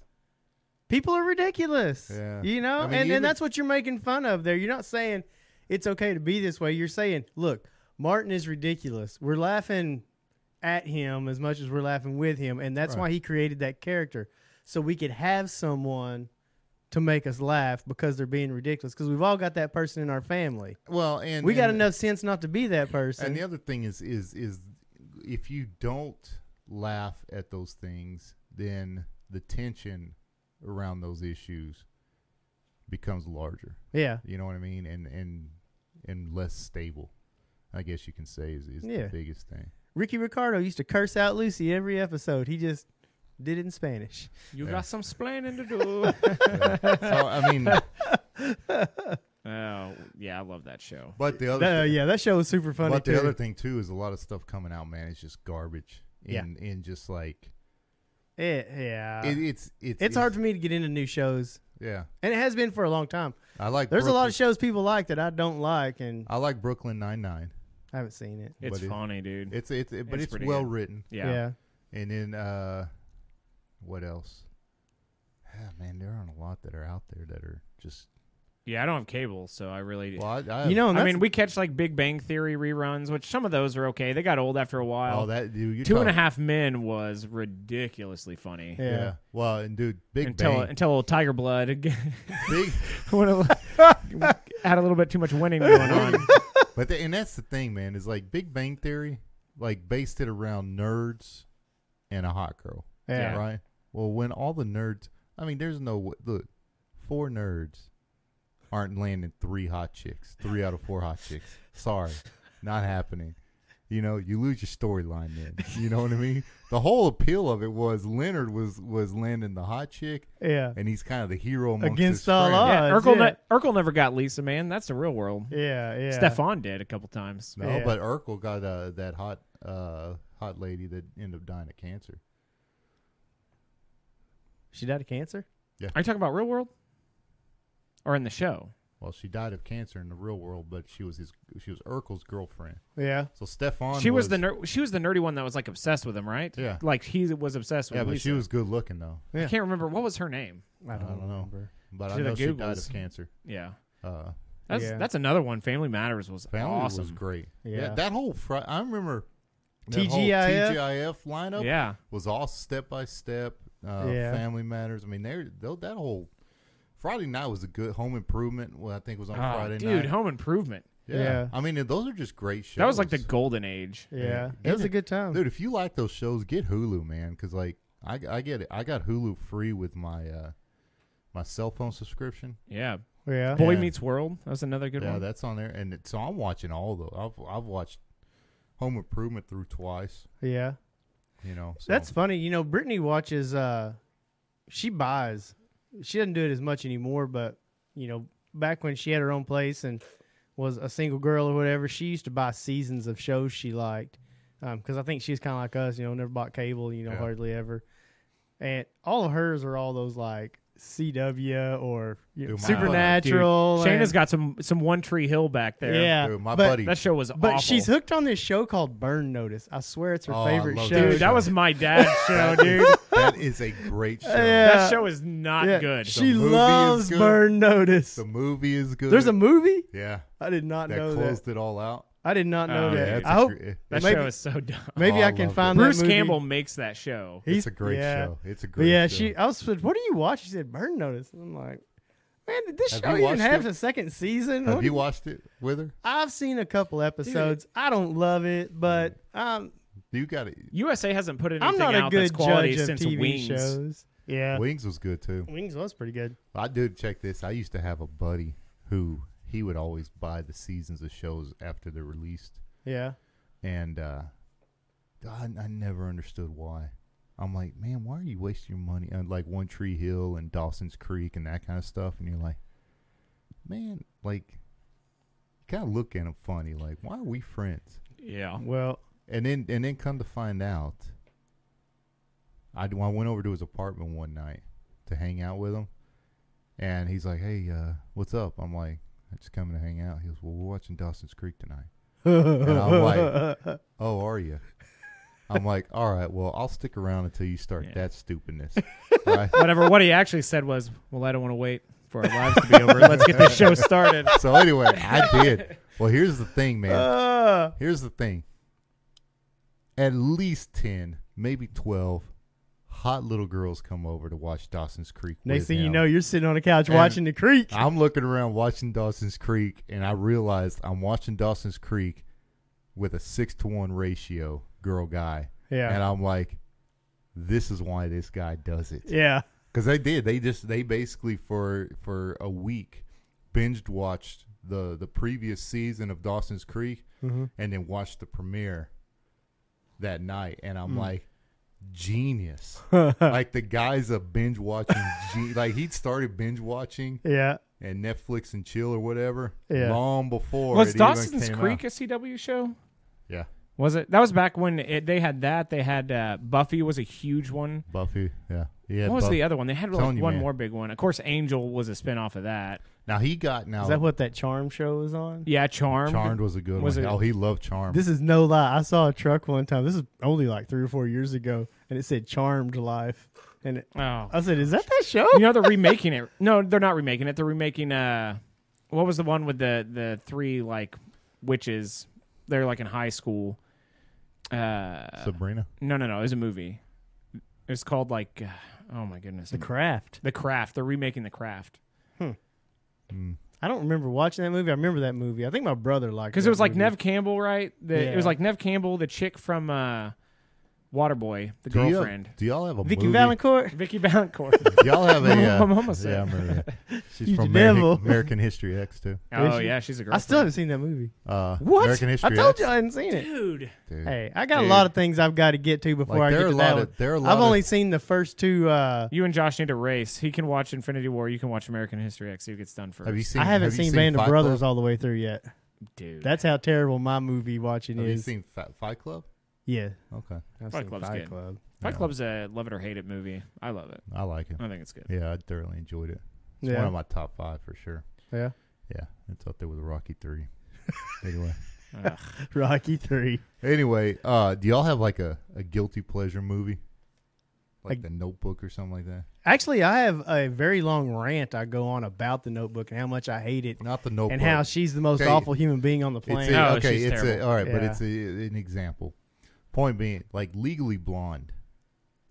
C: people are ridiculous.
A: Yeah.
C: you know,
A: I mean,
C: and
A: even-
C: and that's what you're making fun of there. You're not saying it's okay to be this way. You're saying, look, Martin is ridiculous. We're laughing at him as much as we're laughing with him, and that's
A: Right.
C: why he created that character, so we could have someone to make us laugh because they're being ridiculous. Because we've all got that person in our family.
A: well and
C: We got
A: and-
C: enough sense not to be that person.
A: and the other thing is is is if you don't laugh at those things then the tension around those issues becomes larger
C: yeah,
A: you know what i mean and and and less stable i guess you can say is, is
C: Yeah.
A: the biggest thing
C: Ricky Ricardo used to curse out Lucy every episode. He just did it in Spanish.
B: You
A: Yeah.
B: got some splaining to do.
A: so i mean
B: oh yeah, I love that show.
A: but the other
C: That- uh,
A: thi-
C: yeah, that show was super funny
A: But
C: too.
A: the other thing too is a lot of stuff coming out, man. It's just garbage.
C: Yeah.
A: And and just like
C: It- Eh, yeah.
A: it, it's it's
C: it's hard for me to get into new shows,
A: Yeah,
C: and it has been for a long time.
A: I like.
C: There's a lot of
A: Brooklyn-
C: shows people like that I don't like, and
A: I like Brooklyn Nine Nine.
C: I haven't seen it.
B: It's
A: But it-
B: funny, dude.
A: It's it's it, but
B: It's
A: it's,
B: pretty
A: well
B: good.
A: written.
B: yeah.
A: And then uh, what else? Ah, man, there aren't a lot that are out there that are just
B: Yeah, I don't have cable, so I really.
A: Well, I, I
C: You know, and
B: I
C: that's-
B: mean, we catch like Big Bang Theory reruns, which some of those are okay. They got old after a while.
A: all that dude, you're
B: Two and a
A: talking-
B: half Men was ridiculously funny.
C: Yeah.
A: Yeah. Well, and dude, Big
B: Until
A: Bang,
B: until old Tiger Blood again,
A: Big,
B: when it had a little bit too much winning going on.
A: but the, and that's the thing, man. Is like Big Bang Theory, like based it around nerds and a hot girl,
C: Yeah.
A: right? Well, when all the nerds, I mean, there's no w- look. Four nerds aren't landing three hot chicks. Three out of four hot chicks. Sorry, not happening. You know, you lose your storyline then. You know what I mean? The whole appeal of it was Leonard was was landing the hot chick,
C: Yeah.
A: and he's kind of the hero amongst
C: Against
A: his
C: all
A: friends.
C: odds.
B: yeah, Urkel,
C: yeah.
B: ne- Urkel never got Lisa, man. That's the real world.
C: Yeah. Yeah.
B: Stefan did a couple times.
A: No,
C: Yeah.
A: but Urkel got uh, that hot uh, hot lady that ended up dying of cancer.
C: She died of cancer?
B: Are you talking about real world? Or in the show?
A: Well, she died of cancer in the real world, but she was his she was Urkel's girlfriend.
C: Yeah.
A: So Stefan,
B: she was, the ner- she was the nerdy one that was like obsessed with him, right?
A: Yeah.
B: Like he was obsessed with
A: yeah, but
B: Lisa.
A: she was good looking though.
B: I can't remember what was her name.
A: I don't know. But I
B: She
A: know
B: had the
A: she died
B: Googles.
A: of cancer.
B: Yeah.
A: Uh,
B: That's
C: Yeah.
B: that's another one. Family Matters was
A: family
B: awesome.
A: was great.
C: Yeah.
A: that whole fr- I remember that whole
C: TGIF?
A: TGIF lineup
B: Yeah.
A: was all step by step. Uh,
C: Yeah.
A: Family Matters. I mean, they that whole Friday night was a good Home Improvement. Well, I think was on
B: Oh,
A: Friday
B: dude,
A: night.
B: Home Improvement.
C: Yeah.
A: I mean, those are just great shows.
B: That was like the golden age.
C: Yeah. It was a good time.
A: dude. If you like those shows, get Hulu, man. Because like I, I get it. I got Hulu free with my uh my cell phone subscription.
B: Yeah.
C: Yeah.
B: Boy
A: Yeah.
B: Meets World. That was another good
A: yeah,
B: one.
A: that's on there. And it, so I'm watching all though. I've I've watched Home Improvement through twice.
C: Yeah.
A: You know, so.
C: That's funny. You know, Brittany watches. uh She buys. She doesn't do it as much anymore, but you know, back when she had her own place and was a single girl or whatever, she used to buy seasons of shows she liked. Because I think she's kind of like us. You know, never bought cable. You know,
A: Yeah.
C: hardly ever. And all of hers are all those like CW or you know,
A: Dude, my-
C: Supernatural. and-
B: Shana's got some some One Tree Hill back there.
C: yeah,
A: Dude, my
C: but,
A: buddy.
B: That show was
C: But
B: awful.
C: she's hooked on this show called Burn Notice. I swear it's her
A: Oh, I
C: favorite
A: love
C: show.
B: Dude, that was my dad's show, dude.
A: that is a great show.
C: Yeah.
B: That show is not
C: Yeah,
B: good.
A: The
C: She
A: movie is
C: loves
A: good.
C: Burn Notice.
A: The movie is good.
C: There's a movie?
A: yeah
C: I did not
A: that
C: know
A: closed
C: that.
A: it all out.
C: I did not know
B: Oh, yeah,
C: that.
A: that's
C: I
A: a
C: hope
A: gr-
B: That
C: maybe-
B: show is so dumb.
C: maybe
A: Oh, I
C: I can
A: loved
C: find
A: it.
C: that
B: Bruce
C: movie.
B: Campbell makes that show.
A: it's a great
C: yeah.
A: show. It's a
C: But
A: great.
C: yeah,
A: show.
C: she. I was. What do you watch? She said Burn Notice. And I'm like, man, did this
A: Have
C: show
A: you
C: even
A: watched
C: have
A: it?
C: a second season?
A: Have
C: What
A: you
C: do-
A: watched it with her?
C: I've seen a couple episodes. I don't love it, but
A: Mm.
C: um,
A: You got it.
B: USA hasn't put anything
C: I'm not a
B: out that's
C: good
B: quality
C: judge of
B: since
C: TV
B: Wings.
C: shows. Yeah,
A: Wings was good too.
C: Wings was pretty good.
A: I did check this. I used to have a buddy who he would always buy the seasons of shows after they're released,
C: Yeah,
A: and uh, I, I never understood why. I'm like, man, why are you wasting your money on like One Tree Hill and Dawson's Creek and that kind of stuff? And you're like, man, like, you kind of look at him funny, like, why are we friends?
B: Yeah.
C: well,
A: And then and then come to find out, I, d- I went over to his apartment one night to hang out with him, and he's like, "Hey, uh, what's up?" I'm like, "I'm just coming to hang out." He goes, "Well, we're watching Dawson's Creek tonight." and I'm like, "Oh, are you?" I'm like, "All right, well, I'll stick around until you start
B: Yeah.
A: that stupidness." Right?
B: Whatever. What he actually said was, "Well, I don't want to wait for our lives to be over. Let's get this show started."
A: So anyway, I did. Well, here's the thing, man.
C: uh,
A: Here's the thing. At least ten, maybe twelve, hot little girls come over to watch Dawson's Creek.
C: next
A: with
C: thing you
A: him. Uh,
C: know, you're sitting on a couch
A: And-
C: watching the creek.
A: I'm looking around watching Dawson's Creek, and I realized I'm watching Dawson's Creek with a six to one ratio, girl guy,
C: Yeah.
A: and I'm like, this is why this guy does it
C: Yeah.
A: because they did. They just they basically for for a week binged watched the the previous season of Dawson's Creek
B: Mm-hmm.
A: and then watched the premiere that night, and
B: Mm.
A: I'm like. Genius, like the guy's a binge watching. Gen- like he started binge watching
C: Yeah.
A: and Netflix and chill or whatever
C: Yeah.
A: long before
B: was
A: it even
B: Dawson's
A: came out.
B: Creek a CW show?
A: Yeah,
B: Was it? That was back when it, they had that. They had uh, Buffy was a huge one.
A: Buffy. Yeah, yeah.
B: what was
A: Buff-
B: the other one? They had like,
A: Telling you,
B: one
A: man.
B: more big one. Of course, Angel was a spinoff of that.
A: Now he got now.
C: Is that what that charm show was on?
B: Yeah, Charmed.
A: Charmed was a good
B: Was
A: one.
B: it-
A: Oh, he loved Charmed.
C: This is no lie. I saw a truck one time. This is only like three or four years ago, and it said "Charmed Life," and it,
B: Oh,
C: I said, "Is that that show?"
B: you know they're remaking it. No, they're not remaking it. They're remaking uh, what was the one with the the three like witches? They're like in high school. Uh,
A: Sabrina.
B: no, no, no. It was a movie. It's called like, uh, oh my goodness,
C: The Craft.
B: The Craft. They're remaking The Craft
C: I don't remember watching that movie. I remember that movie. I think my brother liked
B: because
C: that
B: it was like
C: movie.
B: Nev Campbell, right? The, It was
C: Yeah.
B: like Nev Campbell, the chick from uh, Waterboy, the
A: Do y'all-
B: girlfriend,
A: Do y'all have a
C: Vicky
A: movie?
C: Valancourt.
B: Vicky Valancourt.
A: Y'all have a.
B: My
A: Uh,
B: mom almost said
A: yeah, I remember that. She's
C: You
A: from
C: devil.
A: American, American History X too.
B: oh
C: she?
B: yeah, she's a girl.
C: I still haven't seen that movie.
A: Uh,
B: What?
A: American
C: I
A: History
C: told
A: X.
C: you I hadn't seen it.
B: dude.
A: Dude.
C: Hey, I got
B: Dude.
C: a lot of things I've got to get to before
A: Like,
C: I
A: there
C: get
A: are a
C: to that
A: lot
C: one.
A: of there are a lot
C: I've only
A: of,
C: seen the first two. Uh,
B: You and Josh need to race. He can watch Infinity War. You can watch American History X. See who gets done first.
A: have you seen
C: I haven't
A: have you
C: seen Band of
A: Fight
C: Brothers
A: Club?
C: all the way through yet.
B: dude?
C: That's how terrible my movie watching
A: Have you
C: is.
A: seen Fa- Fight Club?
C: yeah,
A: Okay,
C: I've
B: Fight
C: seen
B: Club's
C: Fight
B: good.
C: Club.
B: Fight
A: Yeah.
B: Club's a love it or hate it movie. I love it.
A: I like it.
B: I think it's good.
A: Yeah, I thoroughly enjoyed it. It's
C: Yeah,
A: one of my top five for sure.
C: yeah.
A: Yeah, it's up there with Rocky Three. anyway,
B: Ugh.
C: Rocky three.
A: anyway, uh, do y'all have like a, a guilty pleasure movie, like
C: Like-
A: The Notebook or something like that?
C: Actually, I have a very long rant I go on about the Notebook and how much I hate it,
A: Not The Notebook.
C: and how she's the most
A: Okay.
C: awful human being on the
A: it's
C: planet.
A: a,
B: Oh,
A: okay,
B: she's
A: it's a,
B: terrible.
A: all right, but
C: Yeah.
A: it's a, an example. Point being, like Legally Blonde.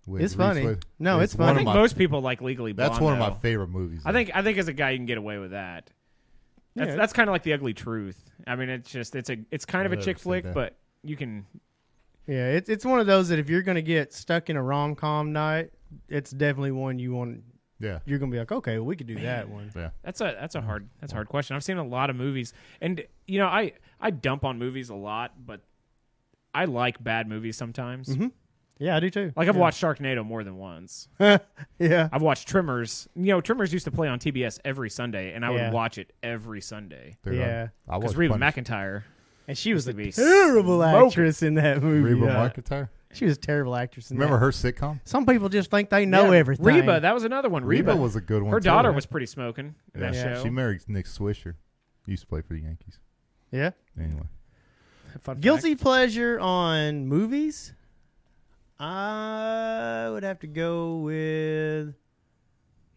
A: with
C: It's
A: Reese
C: funny.
A: With-
C: No, it's
A: one
B: I
A: of
C: funny.
A: my-
B: think most people like Legally Blonde.
A: That's one of my
B: though.
A: favorite movies.
B: I think I think as a guy you can get away with that. That's
C: Yeah.
B: that's kind of like the ugly truth. I mean, it's just it's a it's kind of a
A: I've
B: chick
A: never seen
B: flick,
A: that.
B: but you can.
C: Yeah, it's it's one of those that if you're gonna get stuck in a rom com night, it's definitely one you want.
A: Yeah.
C: You're gonna be like, okay, we could do that one.
B: That's a that's a hard that's a hard question. I've seen a lot of movies, and you know I I dump on movies a lot, but I like bad movies sometimes.
A: Mm-hmm.
C: Mhm. Yeah, I do too.
B: Like I've
C: Yeah.
B: watched Sharknado more than once.
C: Yeah,
B: I've watched Trimmers. You know, Trimmers used to play on TBS every Sunday, and I would
C: Yeah.
B: watch it every Sunday.
A: Dude, I-
C: yeah.
A: I
B: Because
A: watched
B: Reba
A: Punish-
B: McIntyre,
C: And she was
B: Used
C: a
B: to be
C: terrible
B: smoking.
C: actress in that movie.
A: Reba
C: yeah.
A: McIntyre.
C: She was a terrible actress. In
A: Remember
C: that.
A: her sitcom?
C: Some people just think they know
B: Yeah,
C: everything.
B: Reba, that was another one. Reba,
A: Reba, was a good one.
B: her
A: too.
B: daughter was pretty smoking in that
C: Yeah.
B: show.
A: She married Nick Swisher. Used to play for the Yankees.
C: yeah.
A: Anyway,
B: Fun
C: Guilty pleasure on movies. I would have to go with.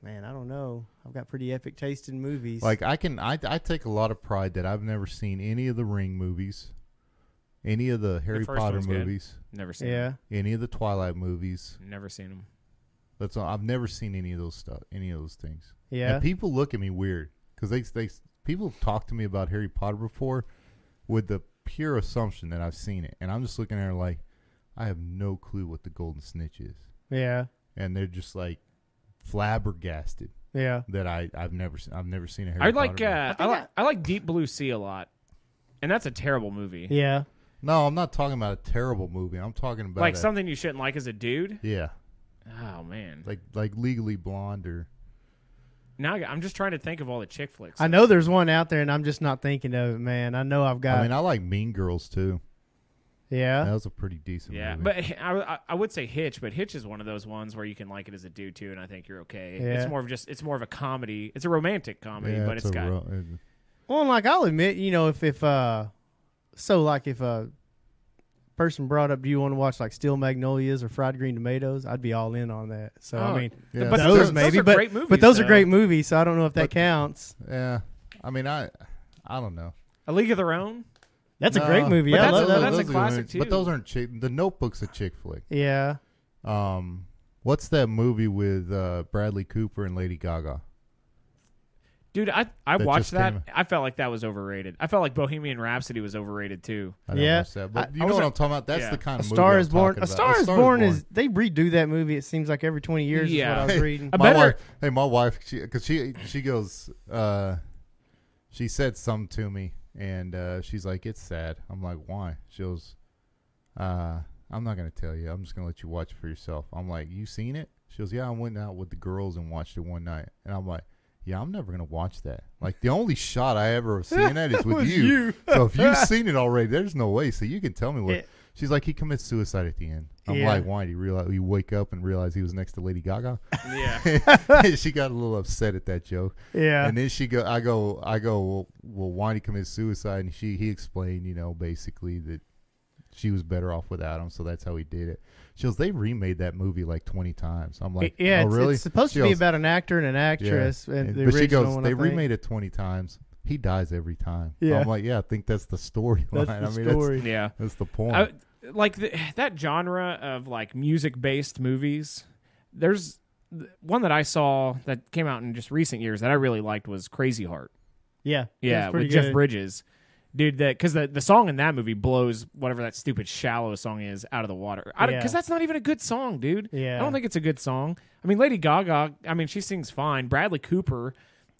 C: Man, I don't know. I've got pretty epic taste in movies.
A: like I can, I, I take a lot of pride that I've never seen any of the Ring movies, any of the Harry
B: first
A: Potter
B: one's good.
A: movies,
B: fact. Never seen.
C: yeah.
A: any of the Twilight movies.
B: them. Never seen them.
A: That's all. I've never seen any of those stuff, any of those things.
C: Yeah.
A: And people look at me weird because they they people have talked to me about Harry Potter before, with the pure assumption that I've seen it, and I'm just looking at her like, I have no clue what the Golden Snitch is,
C: Yeah.
A: and they're just like flabbergasted
C: Yeah.
A: that I I've never seen, I've never seen a Harry
B: I like
A: Potter movie.
B: uh, I, like I like Deep Blue Sea a lot, and that's a terrible movie.
C: Yeah.
A: No, I'm not talking about a terrible movie. I'm talking about
B: like
A: a-
B: something you shouldn't like as a dude.
A: Yeah,
B: Oh man,
A: like like Legally Blonde or
B: now I, am just trying to think of all the chick flicks.
C: I know there's one out there, and I'm just not thinking of it, man. I know I've got.
A: I mean, I like Mean Girls too. That
C: yeah.
A: was a pretty decent
B: Yeah,
A: movie.
B: but I, I I would say Hitch, but Hitch is one of those ones where you can like it as a dude too, and I think you're okay.
C: Yeah.
B: It's more of just it's more of a comedy. It's a romantic comedy,
A: yeah,
B: but
A: it's
B: it's
A: a
B: got
A: ro- it-
C: Well, and, like I'll admit, you know, if if uh, so like if a person brought up, do you want to watch like Steel Magnolias or Fried Green Tomatoes? I'd be all in on that. So
B: Oh,
C: I mean,
A: yeah,
B: but
A: so-
C: those,
B: those-
C: maybe,
B: those are
C: but
B: great movies,
C: but those
B: though.
C: are great movies. So I don't know if that
A: But-
C: counts.
A: yeah. I mean, I I don't know.
B: A League of Their Own.
C: That's
A: No,
C: a great movie.
B: but
C: I
B: that's
C: love
B: a-
C: that.
B: that's
A: those
B: a
A: are good
B: classic,
A: movies.
B: too.
A: But those aren't chick. The Notebook's a chick flick.
C: yeah,
A: Um, what's that movie with uh, Bradley Cooper and Lady Gaga?
B: Dude, I, I
A: That
B: watched
A: just
B: that.
A: came-
B: I felt like that was overrated. I felt like Bohemian Rhapsody was overrated too.
A: I don't
C: Yeah.
A: watch that, but
C: I-
A: you
C: I
A: know
C: was
A: what
C: a-
A: I'm talking about. That's
B: yeah.
A: the kind
C: A
A: of movie
C: Star
A: I'm
C: Is Born.
A: talking
C: A
A: about.
C: Star Is Born is they redo that movie. It seems like every twenty years.
B: Yeah.
C: is what I was reading.
B: I
A: my
B: better-
A: wife. Hey, my wife, she because she she goes, uh, she said something to me, and uh, she's like, "It's sad." I'm like, "Why?" She goes, uh, "I'm not gonna tell you. I'm just gonna let you watch it for yourself." I'm like, "You seen it?" She goes, "Yeah, I went out with the girls and watched it one night," and I'm like. Yeah, I'm never gonna watch that. Like the only shot I ever have seen that is with
C: Was
A: you.
C: you.
A: So if you've seen it already, there's no way. So you can tell me what.
C: It-
A: She's like, he commits suicide at the end. I'm
C: Yeah.
A: like, why? Do you realize? You wake up and realize he was next to Lady Gaga.
B: Yeah.
A: she got a little upset at that joke,
C: yeah,
A: and then she go, I go, I go. Well, well why did he commit suicide? And she, he explained, you know, basically that she was better off without him, so that's how he did it. She goes, they remade that movie like twenty times. I'm like,
C: It- yeah.
A: oh,
C: it's,
A: really?
C: it's supposed
A: She
C: to be
A: goes,
C: about an actor and an
A: "Yeah."
C: actress, and the
A: but she
C: original
A: goes,
C: one, I
A: they
C: think.
A: remade it twenty times. he dies every time.
C: Yeah.
A: I'm like, yeah, I think that's the storyline.
C: That's
A: I
C: the
A: mean,
C: story.
B: Yeah.
A: That's, that's the point.
B: I, like the, that genre of like music based movies there's th- one that i saw that came out in just recent years that i really liked was crazy heart
C: Yeah,
B: yeah
C: that's
B: with
C: pretty
B: jeff
C: good.
B: bridges dude that because the, the song in that movie blows whatever that stupid shallow song is out of the water because
C: Yeah.
B: that's not even a good song dude i
C: Yeah.
B: don't think it's a good song i mean lady gaga i mean she sings fine bradley cooper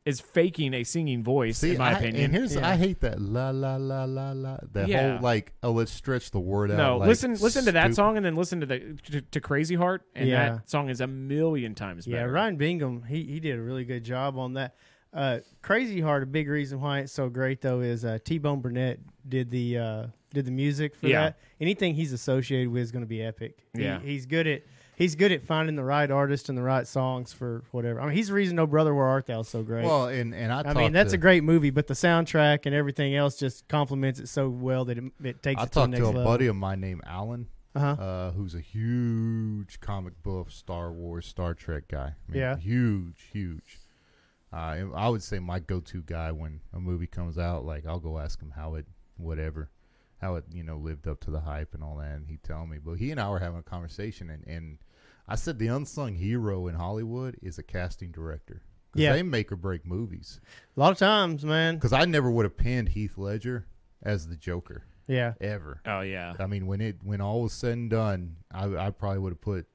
B: is faking a singing voice
A: See,
B: in my
A: I-
B: opinion
A: And here's
C: Yeah.
A: I hate that la la la la la. That
B: Yeah.
A: whole like oh let's stretch the word out.
B: No,
A: like,
B: listen, listen to that
A: stupid-
B: song and then listen to the to, to Crazy Heart, and
C: Yeah.
B: that song is a million times better.
C: Yeah, Ryan Bingham, he he did a really good job on that. Uh, Crazy Heart, a big reason why it's so great though is uh, T Bone Burnett did the uh, did the music for
B: Yeah.
C: that. Anything he's associated with is going to be epic. He-
B: Yeah.
C: he's good at he's good at finding the right artist and the right songs for whatever. I mean, he's the reason No Brother Where Art Thou is so great.
A: Well, and and I,
C: I mean,
A: talked
C: that's
A: to,
C: a great movie, but the soundtrack and everything else just complements it so well that it, it takes
A: I
C: it to the
A: talked
C: next
A: to a
C: level.
A: buddy of mine named Alan,
C: Uh-huh.
A: uh, who's a huge comic buff, Star Wars, Star Trek guy. I mean,
C: Yeah.
A: huge, huge. Uh, and I would say my go-to guy when a movie comes out, like I'll go ask him how it, whatever, how it you know lived up to the hype and all that, and he tell me. But he and I were having a conversation, and and I said the unsung hero in Hollywood is a casting director. 'Cause
C: Yeah.
A: they make or break movies.
C: A lot of times, man.
A: Because I never would have pinned Heath Ledger as the Joker
C: Yeah,
A: ever.
B: Oh yeah,
A: I mean, when it when all was said and done, I, I probably would have put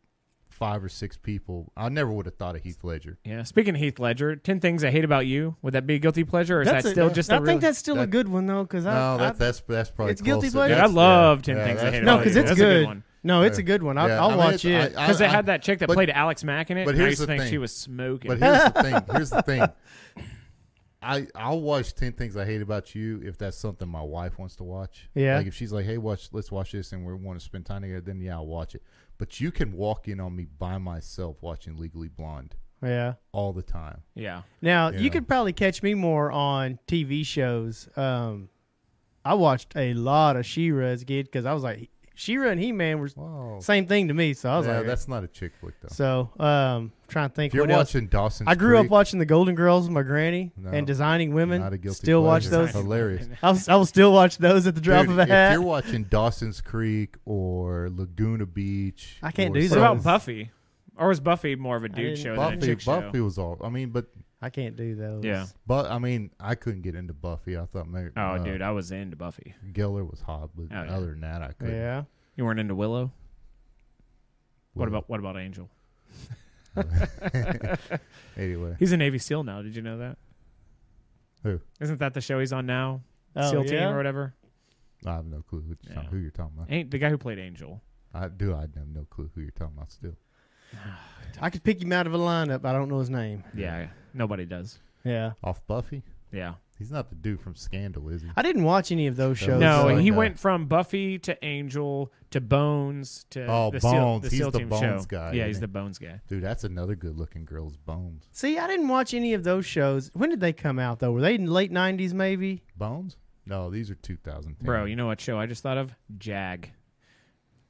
A: five or six people. I never would have thought of Heath Ledger.
B: yeah. Speaking of Heath Ledger, ten things I hate about you. Would that be a guilty pleasure, or is
C: That's
B: that
C: a-
B: still just?
C: I
B: a
C: think
B: really-
C: that's still a
A: that-
C: good one though, because
A: no,
C: I,
A: that, that's that's probably
C: It's guilty
A: close to-
C: pleasure.
B: Dude, I
A: that's-
B: love
A: yeah,
B: Ten
A: Oh, yeah,
B: Things I
A: that's
B: Hate
C: No,
B: About You.
C: because it's
B: That's a
C: good.
B: good one.
C: no, it's a good one. I,
A: Yeah,
C: I'll
A: I mean,
C: watch
A: it's-
C: it.
A: I-
B: Because they
A: I-
B: had that chick that
A: but-
B: played Alex Mack in it.
A: but
B: and I
A: here's
B: used to
A: the
B: think
A: thing.
B: she was smoking.
A: But here's the thing. Here's the thing. I I'll watch Ten Things I Hate About You if that's something my wife wants to watch.
C: Yeah.
A: Like if she's like, hey, watch, let's watch this, and we want to spend time together, then yeah, I'll watch it. But you can walk in on me by myself watching Legally Blonde
C: yeah.
A: all the time.
B: yeah,
C: Now
A: Yeah.
C: you could probably catch me more on TV shows. Um, I watched a lot of She-Ra as a kid because I was like, She-Ra and He-Man were
A: Wow.
C: same thing to me. So I was
A: yeah,
C: like,
A: that's not a chick flick though.
C: so um, trying to think
A: if you're
C: what else.
A: watching Dawson's
C: I grew up
A: Creek,
C: watching The Golden Girls with my granny
A: No.
C: and Designing Women.
A: Not a guilty
C: still watch
A: pleasure.
C: those.
A: That's hilarious.
C: I will, I will still watch those at the drop
A: Dude,
C: of a
A: If
C: hat.
A: you're watching Dawson's Creek or Laguna Beach,
C: I can't
A: or
C: do
B: What about
C: those.
B: Buffy? Or was Buffy more of a dude
C: didn't-
B: show than a
A: Buffy,
B: chick show?
A: Buffy was all. I mean, but
C: I can't do those.
B: Yeah.
A: but I mean, I couldn't get into Buffy. I thought maybe.
B: Oh,
A: uh,
B: dude, I was into Buffy.
A: Geller was hot, but
B: Oh, yeah.
A: other than that, I couldn't.
C: yeah.
B: You weren't into Willow. What about what about Angel?
A: anyway?
B: He's a Navy SEAL now. Did you know that?
A: Who?
B: Isn't that the show he's on now?
C: Oh,
B: SEAL
C: yeah?
B: team or whatever.
A: I have no clue who, you're talking-
B: Yeah.
A: who you're talking about.
B: Ain't the guy who played Angel?
A: I do. I have no clue who you're talking about. Still,
C: I could pick him out of a lineup. I don't know his name.
B: Yeah, nobody does.
C: Yeah.
A: off Buffy.
B: Yeah.
A: He's not the dude from Scandal, is he?
C: I didn't watch any of those
A: No.
C: shows.
B: No,
A: like
B: he
A: that.
B: went from Buffy to Angel to Bones to
A: Oh,
B: the Seal,
A: Bones.
B: the
A: He's
B: SEAL
A: the
B: team
A: Bones
B: show.
A: guy,
B: Yeah,
A: isn't
B: he's
A: he?
B: the Bones guy.
A: Dude, that's another good-looking girl's bones.
C: See, I didn't watch any of those shows. When did they come out though? Were they in the late nineties maybe?
A: Bones? No, these are 2010.
B: Bro, you know what show I just thought of? Jag.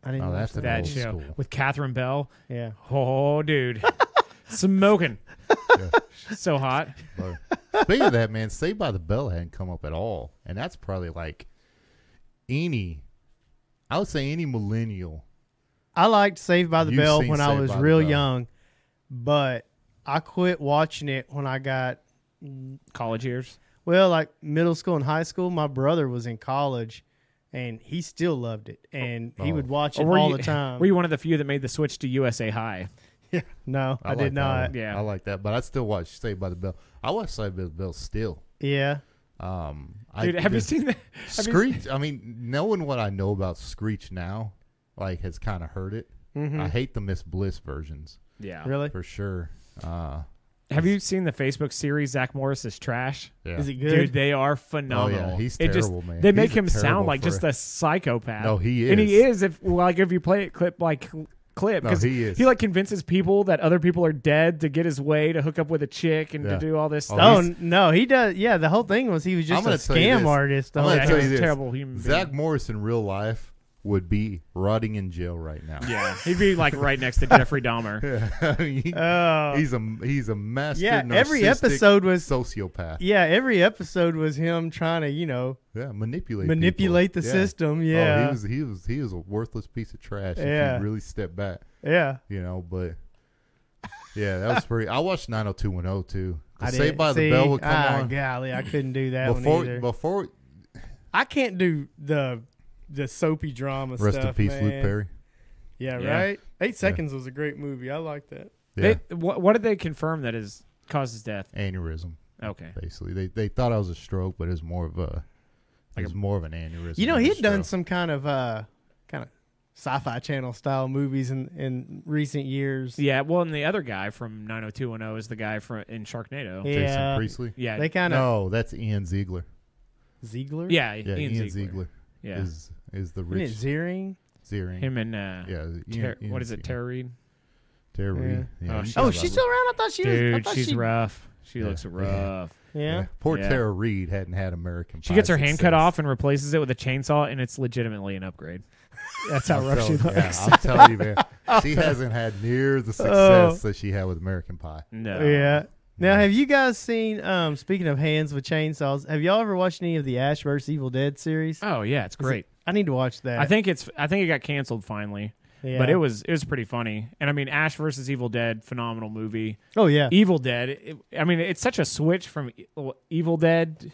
C: I didn't
A: Oh,
C: watch
A: that's an
B: That
A: old
B: show
A: school.
B: with Catherine Bell.
C: Yeah.
B: Oh, dude. Smoking.
A: Yeah.
B: So hot.
A: But speaking of that, man, Saved by the Bell hadn't come up at all, and that's probably like any, I would say any millennial.
C: I liked Saved by the
A: You've
C: Bell
A: seen
C: when I
A: Saved
C: was
A: by the
C: real
A: Bell.
C: young, but I quit watching it when I got
B: College years.
C: well, like middle school and high school. My brother was in college and he still loved it and he
A: Oh.
C: would watch
B: Or
C: it
B: were
C: all
B: you-
C: the time.
B: Were you one of the few that made the switch to USA High?
C: no, I,
A: like
C: did
A: that
C: not.
A: one.
B: Yeah.
A: I like that, but I still watch Saved by the Bell. I watch Saved by the Bell still.
C: Yeah.
A: Um,
B: Dude,
A: I,
B: have you
A: just-
B: seen that? have you
A: Screech? I mean, knowing what I know about Screech now, like has kind of hurt it.
B: Mm-hmm.
A: I hate the Miss Bliss versions
B: Yeah.
C: Really?
A: for sure. Uh,
B: Have you seen the Facebook series Zach Morris is trash?
A: yeah.
C: Is it good?
B: Dude, they are phenomenal.
A: Oh, yeah, he's
B: It just-
A: terrible, man.
B: They
A: He's
B: make
A: a
B: him sound
A: terrible
B: like
A: for-
B: just a psychopath.
A: No, he
B: and he
A: is.
B: is. If like if you play it clip by cl- clip,
A: No,
B: 'cause
A: he is.
B: like convinces people that other people are dead to get his way to hook up with a chick and to
A: Yeah.
B: do all this
A: Oh,
B: stuff.
C: Oh
A: he's-
C: no, he does. Yeah, the whole thing was he was
A: I'm
C: just a
A: gonna tell you
C: scam
A: this.
C: artist. the
A: I'm
C: whole
A: gonna
B: yeah,
A: tell
B: he
A: you
B: was a
A: this.
B: terrible human.
A: Zach
B: being.
A: Morris in real life would be rotting in jail right now.
B: Yeah, he'd be like right next to Jeffrey Dahmer.
A: Yeah. He-
C: Oh.
A: he's a he's a master.
C: Yeah, every
A: narcissistic
C: episode was-
A: sociopath. Yeah,
C: yeah, every episode was him trying to, you know,
A: manipulate people.
C: manipulate the
A: Yeah.
C: system.
A: Oh,
C: Yeah.
A: he was he was he was a worthless piece of trash.
C: Yeah.
A: if you really step back,
C: yeah.
A: you know. But yeah, that was pretty. I watched 90210 too.
C: I
A: Saved
C: didn't-
A: by the
C: see,
A: Bell would come
C: ah,
A: on
C: golly, I couldn't do that
A: before
C: one either.
A: before.
C: I can't do the the soapy drama
A: Rest
C: stuff.
A: in peace, Luke
C: man.
A: Perry.
C: Yeah,
B: Yeah.
C: right. Eight Seconds was a great movie. I like that.
A: Yeah,
B: They, what, what did they confirm that is causes death?
A: aneurysm.
B: Okay,
A: Basically, they they thought I was a stroke, but it was more of a it was more of an aneurysm.
C: You know,
A: than a
C: he had done
A: stroke.
C: some kind of uh kind of sci-fi channel style movies in in recent years.
B: yeah. Well, and the other guy from 90210 is the guy from in Sharknado.
C: Yeah.
A: Oh, Jason Priestley.
B: Yeah,
C: They kind of
A: No, that's Ian Ziegler.
C: Ziegler.
B: yeah,
A: Yeah,
B: Ian, Ziegler. Yeah,
A: is is the
C: Isn't it
A: rich
C: Ziering?
A: Ziering.
B: him and uh,
A: yeah,
B: Ter-
A: Ian- Ian
B: what is it,
A: Ziegler.
B: Tara Reid?
A: Tara Reid.
B: Yeah.
A: Yeah,
B: Oh,
A: you
B: she-
A: talk
C: Oh,
A: about
C: she's
A: Luke-
C: still around. I thought she was. I
B: Dude,
C: thought
B: she's
C: she,
B: rough. She
A: Yeah.
B: looks
A: Yeah.
B: rough.
C: Yeah.
A: Poor
B: Yeah.
A: Tara Reid hadn't had American.
B: She
A: Pie
B: gets her hand cut
A: success.
B: off and replaces it with a chainsaw, and it's legitimately an upgrade.
D: That's how
A: I'm
D: rough she
A: telling-
D: looks.
A: Yeah, I'm telling you, man. She hasn't had near the success that she had with American Pie.
B: No.
C: Yeah. Now, have you guys seen? Um, speaking of hands with chainsaws, have y'all ever watched any of the Ash vs Evil Dead series?
B: Oh yeah, it's great.
C: I need to watch that.
B: I think it's. I think it got canceled finally,
C: Yeah.
B: but it was it was pretty funny. And I mean, Ash versus Evil Dead, phenomenal movie.
C: Oh yeah.
B: Evil Dead. it- I mean, it's such a switch from E- Evil Dead.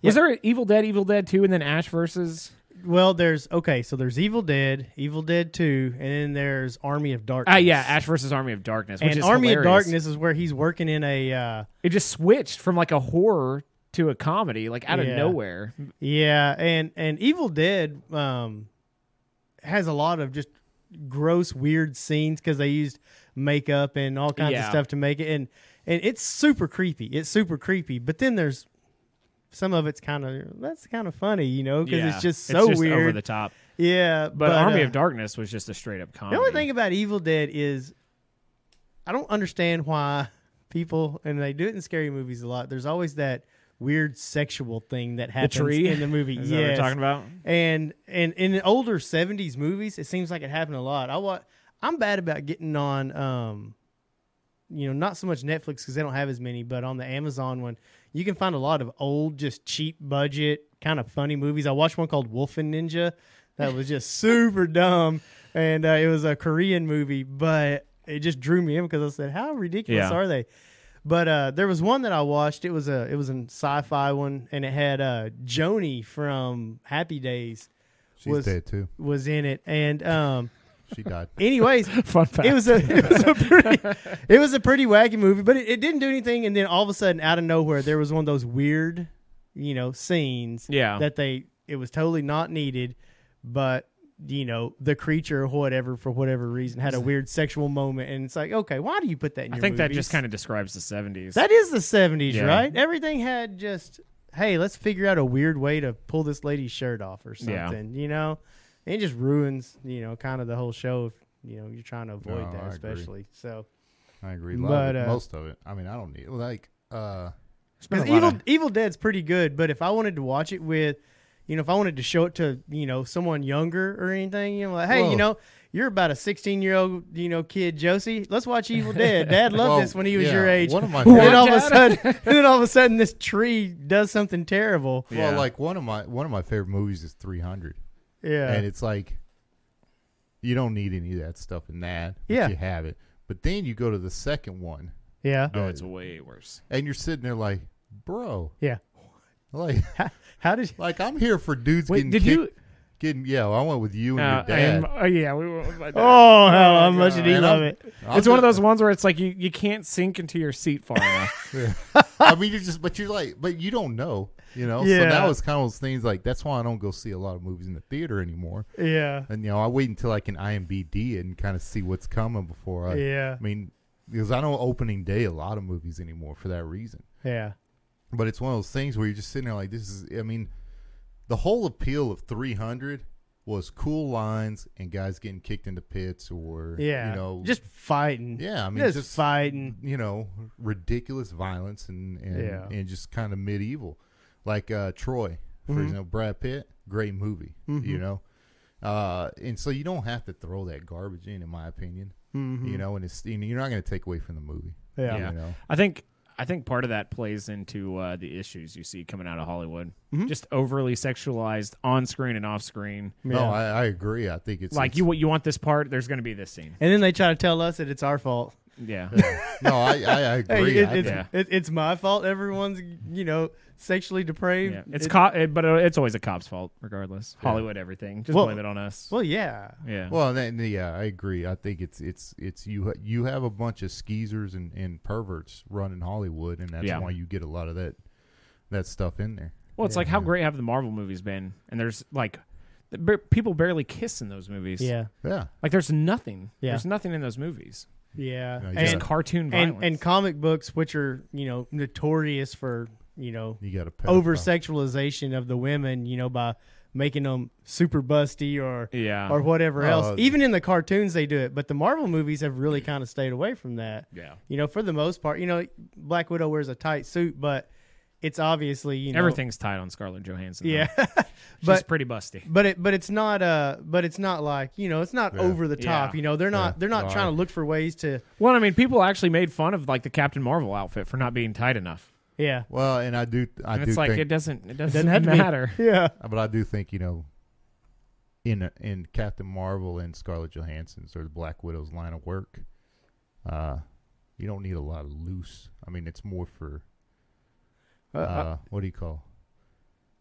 B: Was
C: Yeah.
B: there an Evil Dead, Evil Dead Two, and then Ash versus?
C: Well, there's okay. So there's Evil Dead, Evil Dead Two, and then there's Army of Darkness.
B: Ah, yeah, Ash versus Army of Darkness. Which
C: and
B: is
C: Army of
B: hilarious.
C: Darkness is where he's working in a. Uh,
B: It just switched from like a horror to a comedy, like out
C: Yeah.
B: of nowhere.
C: yeah, and and Evil Dead um, has a lot of just gross, weird scenes because they used makeup and all kinds of
B: Yeah.
C: stuff to make it, and and it's super creepy. It's super creepy. But then there's some of it's kind of that's kind of funny, you know, because
B: Yeah,
C: it's just so weird.
B: over the top.
C: yeah,
B: But, Army
C: uh,
B: of Darkness was just a straight up comedy.
C: The only thing about Evil Dead is I don't understand why people and they do it in scary movies a lot. There's always that weird sexual thing that happens
B: tree?
C: in the movie.
B: is that what we're
C: Yes.
B: talking about.
C: And and in the older 70s movies, it seems like it happened a lot. I wa- I'm bad about getting on um you know, not so much Netflix cuz they don't have as many, but on the Amazon one, you can find a lot of old just cheap budget kind of funny movies. I watched one called Wolf and Ninja that was just super dumb and uh, it was a Korean movie, but it just drew me in because I said, "How ridiculous
B: Yeah.
C: are they?" But uh, there was one that I watched. It was a it was a sci-fi one, and it had uh, Joni from Happy Days
A: She's
C: was-
A: dead too.
C: was in it. And um,
A: She died.
C: anyways,
B: Fun fact.
C: it was a it was a pretty it was a pretty wacky movie, but it, it didn't do anything. And then all of a sudden, out of nowhere, there was one of those weird, you know, scenes
B: yeah.
C: that they it was totally not needed, but you know the creature or whatever for whatever reason had a weird sexual moment, and it's like, okay, why do you put that in?
B: I
C: your
B: think that
C: movies?
B: just kind of describes the 70s.
C: That is the 70s,
B: Yeah.
C: right? Everything had just, hey, let's figure out a weird way to pull this lady's shirt off or
B: Yeah.
C: something, you know? It just ruins, you know, kind of the whole show if, you know, you're trying to avoid
A: No,
C: that,
A: I agree.
C: especially. So,
A: I agree. A lot
C: But,
A: of it-
C: uh,
A: most of it. I mean, I don't need like. uh
C: because Evil, Evil Dead's pretty good, but if I wanted to watch it with, you know, if I wanted to show it to, you know, someone younger or anything, you know, like, hey,
A: Whoa.
C: you know, you're about a 16 year old, you know, kid, Josie. Let's watch Evil Dead. Dad loved
A: well,
C: this when he was
A: yeah,
C: your age.
A: One of my
C: and
A: favorite-
C: then all of a sudden, and then all of a sudden, this tree does something terrible.
B: Yeah.
A: Well, like one of my one of my favorite movies is 300,
C: Yeah.
A: and it's like you don't need any of that stuff in that. but
C: Yeah.
A: you have it. But then you go to the second one,
C: yeah.
B: oh, it's way worse.
A: and you're sitting there like, bro,
C: Yeah.
A: like
C: How did
A: like I'm here for dudes
B: Wait,
A: getting
B: did
A: kicked,
B: you?
A: getting yeah. well, I went with you and
B: Uh,
A: your
B: I
A: dad.
B: am- oh, yeah, we went with my dad.
C: Oh, how, how much did he
A: Man,
C: love
A: I'm-
C: it?
A: I'm
B: it's one of
A: just-
B: those ones where it's like you, you can't sink into your seat far enough.
A: I mean, you're just, but you're like, but you don't know, you know. So
C: Yeah.
A: now it's kind of those things like that's why I don't go see a lot of movies in the theater anymore.
C: Yeah.
A: And you know, I wait until I can IMBD and kind of see what's coming before I.
C: Yeah.
A: I mean, because I don't opening day a lot of movies anymore for that reason.
C: Yeah.
A: But it's one of those things where you're just sitting there like, this is. I mean, the whole appeal of 300 was cool lines and guys getting kicked into pits or
C: Yeah.
A: you know
C: just fighting.
A: yeah. I mean,
C: just,
A: just
C: fighting.
A: you know, ridiculous violence and and,
C: Yeah.
A: and just kind of
C: Mm-hmm.
A: medieval, like uh, Troy, for example. Brad Pitt, great movie, you know, Uh, and so you don't have to throw that garbage in, in my opinion.
C: Mm-hmm.
A: You know, and it's and you're not going to take away from the movie.
C: Yeah.
B: Yeah.
A: You know,
B: I think I think part of that plays into uh, the issues you see coming out of Hollywood,
C: Mm-hmm.
B: just overly sexualized on screen and off screen.
A: no, I, I agree. I think
C: Mm-hmm.
A: it's
B: Like
A: it's-
B: you, you want this part? There's going to be this scene.
C: and then they try to tell us that it's our fault.
B: Yeah,
A: No, I I, I
C: Hey,
A: agree.
C: it,
A: I
C: it's
A: think-
B: Yeah.
C: it, it's my fault. Everyone's you know sexually depraved.
B: yeah. It's
C: It-
B: cop, but uh, it's always a cop's fault, regardless. Hollywood, everything. Just
C: Well-
B: blame it on us.
C: Well, yeah.
B: yeah.
A: Well, then, yeah, I agree. I think it's it's it's you you have a bunch of skeezers and, and perverts running Hollywood, and that's
B: Yeah.
A: why you get a lot of that that stuff in there.
B: Well, it's like how great have the Marvel movies been? And there's like the, bar- people barely kiss in those movies.
C: Yeah.
A: Yeah,
B: like there's nothing.
C: Yeah.
B: There's nothing in those movies.
C: Yeah.
A: No, you
B: It's
A: Yeah.
C: And,
B: cartoon violence.
C: and and comic books, which are you know notorious for you know
A: you got to
C: over sexualization of the women, you know by making them super busty or
B: yeah,
C: or whatever
A: Oh,
C: else.
A: uh,
C: Even in the cartoons, they do it, but the Marvel movies have really kind of stayed away from that.
B: yeah.
C: You know, for the most part, you know, Black Widow wears a tight suit, but it's obviously you know
B: Everything's tied on Scarlett Johansson.
C: Yeah,
B: though. she's
C: but
B: pretty busty.
C: but it but it's not uh but it's not like you know it's not
A: Yeah.
C: over the top.
B: Yeah.
C: You know, they're not
A: Yeah.
C: they're not
A: No,
C: trying
A: I-
C: to look for ways to
B: Well, I mean, people actually made fun of like the Captain Marvel outfit for not being tight enough.
C: yeah
A: Well, and I do I
B: And
A: do
B: it's like
A: think,
B: it doesn't it doesn't,
C: doesn't have to be.
B: matter.
C: yeah
A: but I do think you know. In in Captain Marvel and Scarlett Johansson's or the Black Widow's line of work, uh, you don't need a lot of loose. I mean, it's more for
C: Uh,
A: uh,
C: uh,
A: what do you call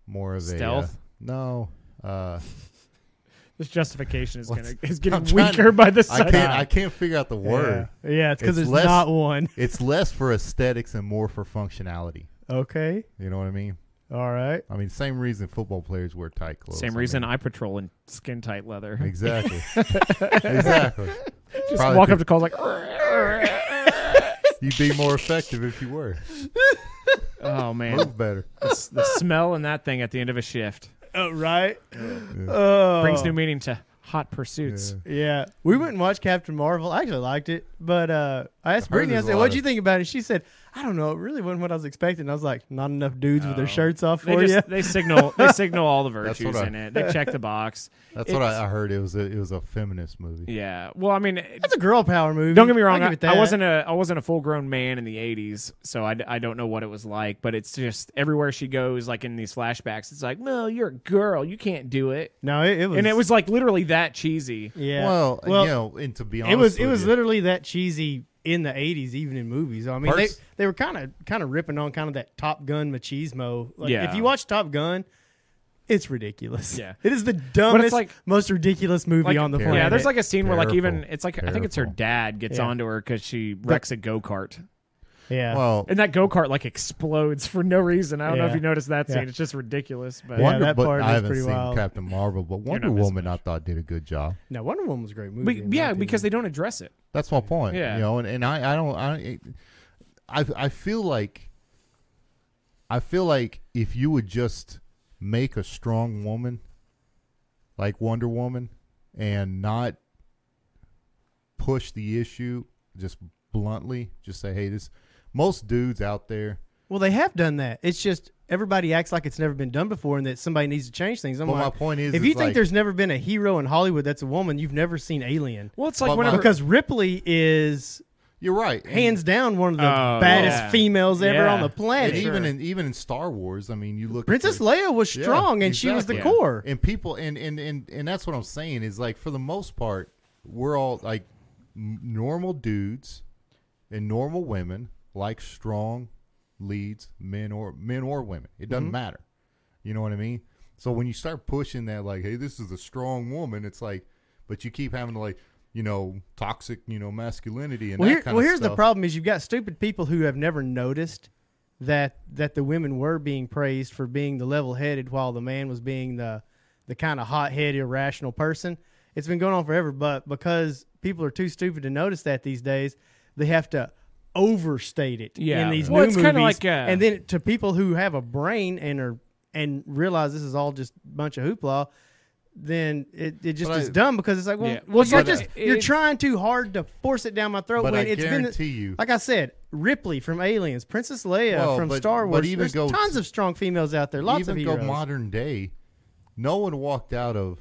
A: more of a
B: Stealth?
A: uh, no. Uh,
B: This justification is
A: Well,
B: gonna is
A: I'm
B: getting
A: trying to-
B: weaker by the
A: I
B: second.
A: can't. I can't figure out the word.
C: yeah, yeah it's because
A: It's less-
C: there's not one.
A: It's less for aesthetics and more for functionality.
C: Okay,
A: You know what I mean?
C: all right.
A: I mean, same reason football players wear tight clothes.
B: Same
A: I
B: reason
A: mean-
B: I patrol in skin tight leather.
A: exactly. exactly.
B: Just
A: Probably
B: walk
A: could-
B: up to calls like.
A: You'd be more effective if you were.
B: oh man,
A: Move better.
B: It's the smell in that thing at the end of a shift
C: Oh, right.
A: Yeah.
C: Oh,
B: brings new meaning to hot pursuits.
C: Yeah, we went and watched Captain Marvel. I actually liked it, but uh, I asked
A: I heard
C: Brittany. I
A: there's a
C: said,
A: lot
C: "What'd
A: of-
C: you think about it?" She said, "I don't know. It really wasn't what I was expecting." I was like, "Not enough dudes with
B: Oh.
C: their shirts off
B: They
C: for
B: just they signal they signal all the
A: That's
B: virtues
A: what I-
B: in it. They check the box.
A: That's what I, I heard. It was a it was a feminist movie.
B: Yeah. Well, I mean, it-
C: you." That's a girl power movie.
B: Don't get me
C: I'll
B: wrong.
C: give
B: I,
C: it that.
B: I wasn't a I wasn't a full grown man in the '80s, so I, d- I don't know what it was like. But it's just everywhere she goes, like in these flashbacks, it's like, no, you're a girl, you can't do it.
C: No, it, it was.
B: And it was like literally that cheesy.
C: Yeah.
A: Well,
C: well,
A: you know, and to be honest,
C: it was. It
A: with
C: was
A: you,
C: literally that cheesy in the '80s, even in movies. I mean, they,
A: Pers-
C: they were kind of kind of ripping on kind of that Top Gun machismo. Like,
B: Yeah.
C: If you watch Top Gun. It's ridiculous.
B: Yeah.
C: it is the dumbest,
B: like-
C: most ridiculous movie
B: Like,
C: on the planet.
B: yeah, there's like a scene where like even
A: Terrible.
B: it's like I think it's her
A: Terrible.
B: dad gets
C: Yeah.
B: onto her because she wrecks a go kart,
C: yeah.
A: well.
B: and that go kart like explodes for no reason. I don't know
C: Yeah.
B: if you noticed that
C: Yeah.
B: scene; it's just ridiculous. But
C: What?
A: Wonder,
C: that
A: but
C: part
A: I
C: is
A: haven't
C: pretty
A: seen
C: wild.
A: Captain Marvel, but Wonder
B: missing
A: Woman I thought did a good job.
C: No, Wonder Woman was a great movie.
B: Be-
C: in my
B: yeah,
C: opinion.
B: because they don't address it.
A: That's my point.
B: Yeah.
A: You know, and, and I, I don't I, it- I I feel like I feel like if you would just make a strong woman like Wonder Woman and not push the issue just bluntly, just say, Hey, this most dudes out there
C: well, they have done that. It's just everybody acts like it's never been done before, and that somebody needs to change things. I'm
A: Well, my
C: like,
A: point is,
C: if you
A: it's
C: think
A: like-
C: there's never been a hero in Hollywood that's a woman, you've never seen Alien.
B: Well, it's like
A: Well,
B: whenever
C: Because Ripley is
A: You're right. And-
C: hands down one of the
B: Oh,
C: baddest
B: yeah.
C: females ever
B: Yeah.
C: on the
A: and
C: planet.
A: even in even in Star Wars, I mean you look at
C: Princess
A: the-
C: Leia was
A: Yeah,
C: strong, and she was the
A: exactly.
C: core.
A: and people and and and and that's what i'm saying is like for the most part we're all like n- normal dudes and normal women like strong leads men or men or women it doesn't
C: Mm-hmm.
A: matter you know what i mean so when you start pushing that like hey this is a strong woman it's like but you keep having to like you know toxic you know masculinity and
C: Well,
A: that
C: here-
A: kind
C: well
A: of
C: here's the
A: stuff.
C: problem: is you've got stupid people who have never noticed that that the women were being praised for being the level-headed, while the man was being the the kind of hot-headed, irrational person. It's been going on forever, but because people are too stupid to notice that these days, they have to overstate it
B: Yeah.
C: in these
B: Well,
C: new
B: it's
C: movies.
B: kinda like, uh,
C: and then to people who have a brain and are and realize this is all just a bunch of hoopla. Then it, it just
A: But I-
C: is dumb because it's like well,
B: Yeah.
C: well you're
A: But, uh,
C: just you're
B: it's-
C: trying too hard to force it down my throat
A: but
C: when
A: i
C: it's been
A: guarantee you
C: like I said, Ripley from Aliens, Princess Leia
A: Well,
C: from
A: but-
C: Star
A: but
C: Wars.
A: even
C: There's
A: go
C: tons
A: to-
C: of strong females out there. Lots
A: even
C: of
A: go
C: heroes.
A: modern day, no one walked out of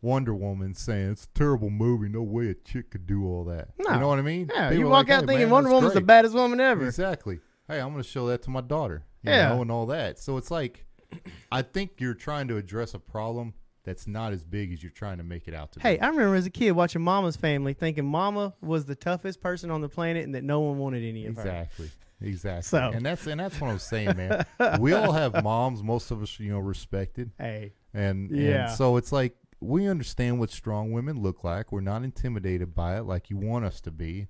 A: Wonder Woman saying it's a terrible movie. No way a chick could do all that.
C: No.
A: You know what I mean?
C: Yeah,
A: People
C: you
A: are
C: walk
A: like,
C: out
A: "Hey,
C: thinking
A: man,
C: Wonder
A: that's
C: Woman's the
A: great."
C: baddest woman ever.
A: Exactly. Hey, I'm going to show that to my daughter. You
C: Yeah.
A: know, and all that. So it's like, I think you're trying to address a problem that's not as big as you're trying to make it out to
C: Hey,
A: be.
C: I remember as a kid watching Mama's Family, thinking Mama was the toughest person on the planet, and that no one wanted any of her.
A: Exactly. Exactly.
C: So-
A: And that's and that's what I'm saying, man. we all have moms, most of us, you know, respected.
C: Hey,
A: And
C: Yeah.
A: and so it's like we understand what strong women look like. We're not intimidated by it like you want us to be.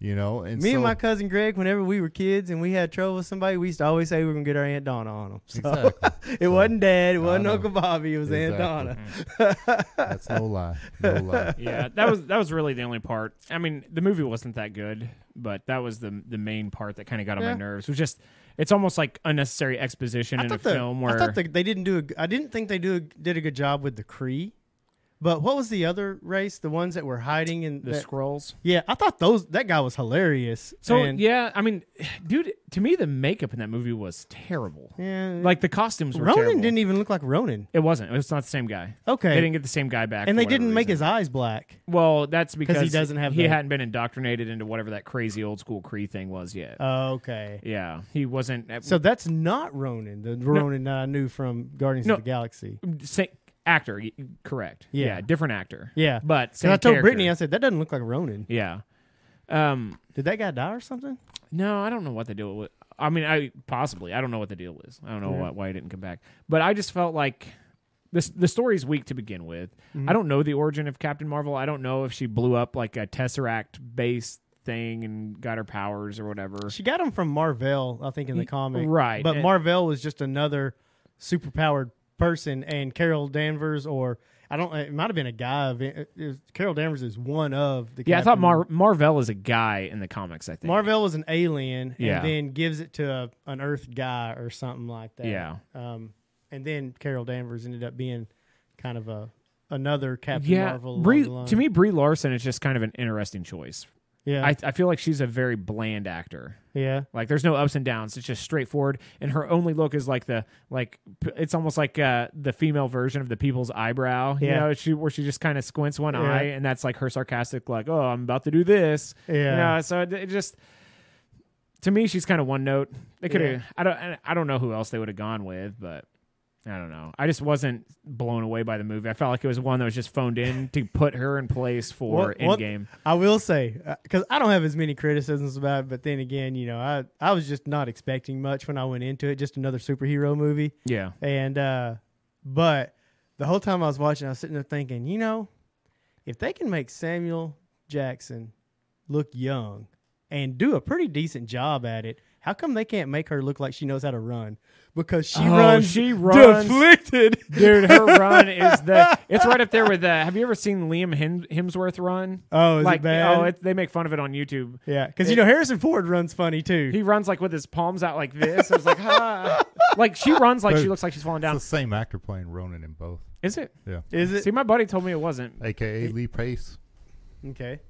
A: You know, and
C: me
A: so,
C: and my cousin Greg, whenever we were kids and we had trouble with somebody, we used to always say we were gonna get our aunt Donna on them. So
A: exactly.
C: it wasn't Dad, it wasn't
A: know.
C: Uncle Bobby, it was Aunt
A: Exactly.
C: Donna.
A: That's no lie. No lie.
B: yeah, that was that was really the only part. I mean, the movie wasn't that good, but that was the the main part that kind of got on
C: Yeah.
B: my nerves. It was just it's almost like unnecessary exposition
C: I
B: in a
C: thought, the,
B: film
C: I
B: where
C: thought the, they didn't do. A, g- I didn't think they do a, did a good job with the Cree. But what was the other race? The ones that were hiding in
B: the
C: that-
B: scrolls.
C: yeah, I thought those that guy was hilarious.
B: So
C: and,
B: yeah, I mean, dude, to me the makeup in that movie was terrible.
C: yeah,
B: Like the costumes were
C: Ronan
B: terrible.
C: didn't e- even look like Ronan.
B: it wasn't. It was not the same guy.
C: Okay,
B: They didn't get the same guy back,
C: and
B: for
C: they
B: whatever
C: didn't make
B: reason.
C: his eyes black.
B: Well, that's because
C: doesn't have
B: he
C: the-
B: hadn't been indoctrinated into whatever that crazy old school Cree thing was yet.
C: Oh, Okay,
B: yeah, he wasn't.
C: Uh,
B: uh,
C: so that's not Ronan, the Ronan that I knew from Guardians
B: No.
C: of the Galaxy.
B: same actor, y- correct?
C: Yeah.
B: different actor.
C: Yeah,
B: but
C: because
B: same
C: I told
B: character.
C: Brittany, I said that doesn't look like Ronan.
B: yeah. Um,
C: Did that guy die or something?
B: no, I don't know what the deal was. I mean, I possibly I don't know what the deal is. I don't know why, why he didn't come back, but I just felt like this the story's weak to begin with.
C: Mm-hmm.
B: I don't know the origin of Captain Marvel. I don't know if she blew up like a tesseract based thing and got her powers or whatever.
C: She got him from Marvel, I think, in the
B: Y-
C: comic.
B: right,
C: But
B: and-
C: Marvel was just another superpowered person, and Carol Danvers, or I don't, it might have been a guy. Of, it was- Carol Danvers is one of the.
B: Yeah, I thought
C: Captain-
B: Mar- Marvel is a guy in the comics. I think.
C: Marvel was an alien,
B: Yeah.
C: and then gives it to a, an Earth guy or something like that.
B: Yeah.
C: Um, and then Carol Danvers ended up being kind of a another Captain
B: yeah,
C: Marvel. along
B: Brie,
C: the line.
B: to me, Brie Larson is just kind of an interesting choice.
C: yeah,
B: I, I feel like she's a very bland actor.
C: yeah.
B: Like there's no ups and downs. It's just straightforward. And her only look is like the like p- it's almost like uh, the female version of the people's eyebrow. You
C: Yeah.
B: know, she where she just kind of squints one
C: Yeah.
B: eye, and that's like her sarcastic like, oh, I'm about to do this.
C: Yeah.
B: You know, so it, it just to me, she's kind of one note. They could have.
C: Yeah.
B: I don't. I don't know who else they would have gone with, but. I don't know. I just wasn't blown away by the movie. I felt like it was one that was just phoned in to put her in place for
C: What- what-
B: Endgame.
C: I will say because I don't have as many criticisms about it, but then again, you know, I I was just not expecting much when I went into it. Just another superhero movie,
B: Yeah.
C: and uh, but the whole time I was watching, I was sitting there thinking, you know, if they can make Samuel Jackson look young and do a pretty decent job at it, how come they can't make her look like she knows how to run? Because she
B: Oh,
C: runs,
B: she runs-
C: deflected.
B: Dude, her run is the. It's right up there with. Uh, have you ever seen Liam Hem- Hemsworth run?
C: Oh, is
B: like,
C: it bad?
B: oh, it, they make fun of it on YouTube.
C: yeah, because you know Harrison Ford runs funny too.
B: He runs like with his palms out like this. I was like, ah. like she runs like she looks like she's falling
A: It's
B: down.
A: the same actor playing Ronan in both.
B: Is it?
A: Yeah.
C: Is it
B: See, my buddy told me it wasn't.
A: AKA Lee Pace.
C: okay?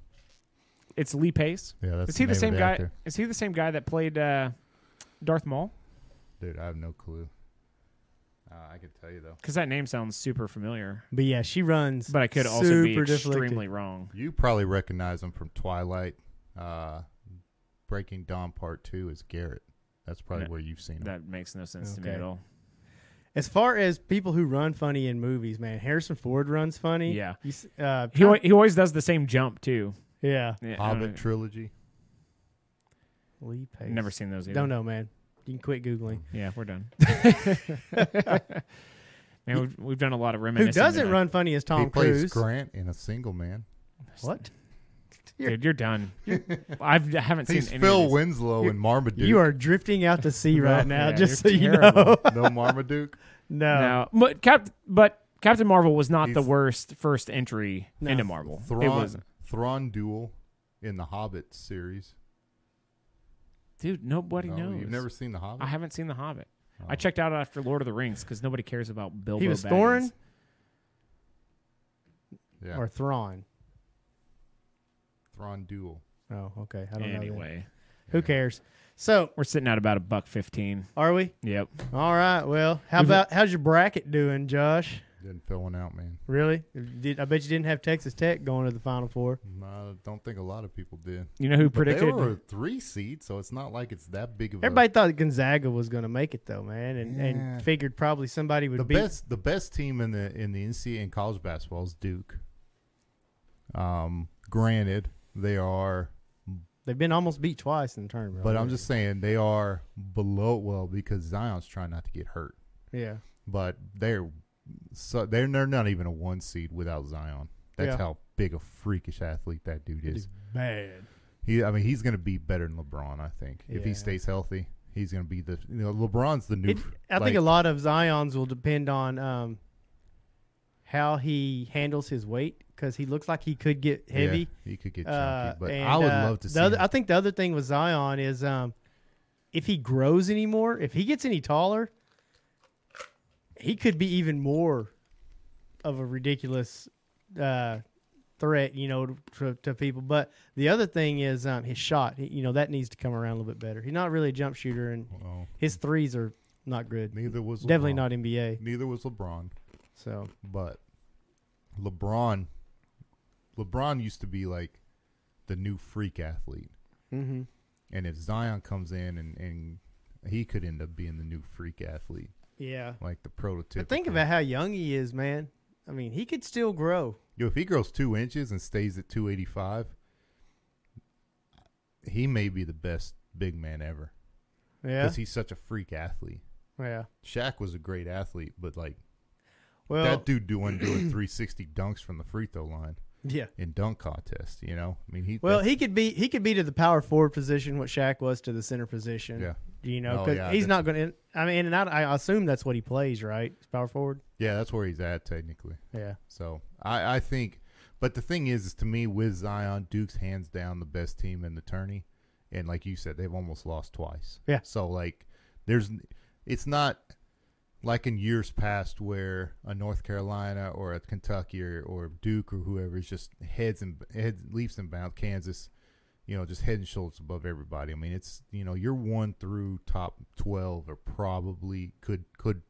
B: It's Lee Pace.
A: Yeah, that's
B: Is he the,
A: name of
B: same guy?
A: actor.
B: Is he the same guy that played uh, Darth Maul?
A: Dude, I have no clue. Uh, I could tell you though.
B: Because that name sounds super familiar,
C: But yeah, she runs.
B: but I could also be
C: super deflected.
B: extremely wrong.
A: You probably recognize him from Twilight, uh, Breaking Dawn Part Two is Garrett. That's probably
B: No.
A: where you've seen him.
B: That makes no sense to me
C: Okay.
B: at all.
C: As far as people who run funny in movies, man, Harrison Ford runs funny.
B: Yeah.
C: You s- uh,
B: He al- he always does the same jump too.
C: yeah.
B: Yeah, I don't
A: Hobbit
B: know.
A: trilogy.
C: Lee Pace.
B: Never seen those. Either.
C: Don't know, man. You can quit googling.
B: Yeah, we're done. Man, we've, we've done a lot of
C: Who
B: reminiscing.
C: doesn't
B: tonight.
C: run funny is Tom
A: he plays
C: Cruise.
A: Grant in a single man.
C: What?
B: Dude, you're done. I've, I haven't
A: He's
B: seen
A: Phil
B: any. Of
A: Winslow in Marmaduke.
C: You are drifting out to sea
A: No.
C: right now.
B: Yeah,
C: just so
B: you're
C: you know.
B: terrible.
A: no Marmaduke.
C: No.
B: these. No, but Cap, but Captain Marvel was not the
A: He's-
B: worst first entry
C: No.
B: into Marvel. It
A: Thrawn,
B: was,
A: Thrawn duel in the Hobbit series.
B: dude. Nobody
A: No,
B: knows.
A: You've never seen the Hobbit.
B: I haven't seen The Hobbit. I
A: Oh.
B: checked out after Lord of the Rings because nobody cares about Bilbo.
C: He was
B: Baggins.
C: Thorin
A: Yeah,
C: or Thrawn.
A: Thrawn duel.
C: Oh, okay. I don't know. then.
B: Anyway,
C: Who careers? So,
B: we're sitting at about a buck fifteen.
C: are we?
B: Yep.
C: All right. Well, how
B: We've-
C: about how's your bracket doing, Josh?
A: Didn't fill one out, man.
C: Really? Did, I bet you didn't have Texas Tech going to the Final Four.
A: Mm, I don't think a lot of people did.
B: You know who
A: But they
B: predicted?
A: were a three seed, so it's not like it's that big of a.
C: Everybody thought Gonzaga was going to make it though, man, and,
A: Yeah.
C: and figured probably somebody would
A: the
C: beat.
A: best the best team in the in the NCAA in college basketball is Duke. Um, granted, they are,
C: They've been almost beat twice in the tournament.
A: but I'm
C: already.
A: just saying they are below. Well, because Zion's trying not to get hurt,
C: yeah.
A: but they're so they're they're not even a one seed without Zion. That's
C: Yeah.
A: how big a freakish athlete that dude is.
C: Bad.
A: He, I mean, he's going to be better than LeBron. I think if he
C: Yeah.
A: stays healthy, he's going to be the. You know, LeBron's the new.
C: It, I
A: like-
C: think a lot of Zion's will depend on um, how he handles his weight because he looks like he could get
A: yeah,
C: heavy.
A: he could get chunky,
C: Uh,
A: but
C: and,
A: I would
C: uh,
A: love to
C: the
A: see.
C: Other,
A: him-
C: I think the other thing with Zion is um, if he grows anymore, if he gets any taller, he could be even more of a ridiculous uh, threat, you know, to, to people. But the other thing is um, his shot. He- You know, that needs to come around a little bit better. He's not really a jump shooter, and
A: Well,
C: his threes are not good.
A: neither was
C: Definitely
A: LeBron.
C: not NBA.
A: Neither was LeBron,
C: So
A: but LeBron, LeBron used to be like the new freak athlete,
C: mm-hmm.
A: and if Zion comes in and and he could end up being the new freak athlete,
C: yeah.
A: like the prototype.
C: But think about how young he is, man. I mean, he could still grow.
A: Yo, if he grows two inches and stays at 285, he may be the best big man ever
C: Yeah.
A: because he's such a freak athlete.
C: Yeah.
A: Shaq was a great athlete, but like
C: Well,
A: that dude doing doing 360 dunks from the free throw line
C: yeah.
A: in dunk contests. You know, I mean he.
C: Well,
A: that's-
C: he could be he could be to the power forward position what Shaq was to the center position.
A: yeah,
C: You know,
A: Oh,
C: 'cause
A: yeah, that's-
C: he's not going to. I mean, and I, I assume that's what he plays, right? He's power forward.
A: yeah, that's where he's at technically.
C: Yeah.
A: So I I think, but the thing is, is to me with Zion, Duke's hands down the best team in the tourney, and like you said, they've almost lost twice.
C: Yeah.
A: So like, there's, it's not like in years past where a North Carolina or a Kentucky or, or Duke or whoever is just heads and heads leaps and bounds. Kansas, you know, just head and shoulders above everybody. I mean, it's you know, your one through top twelve are probably could could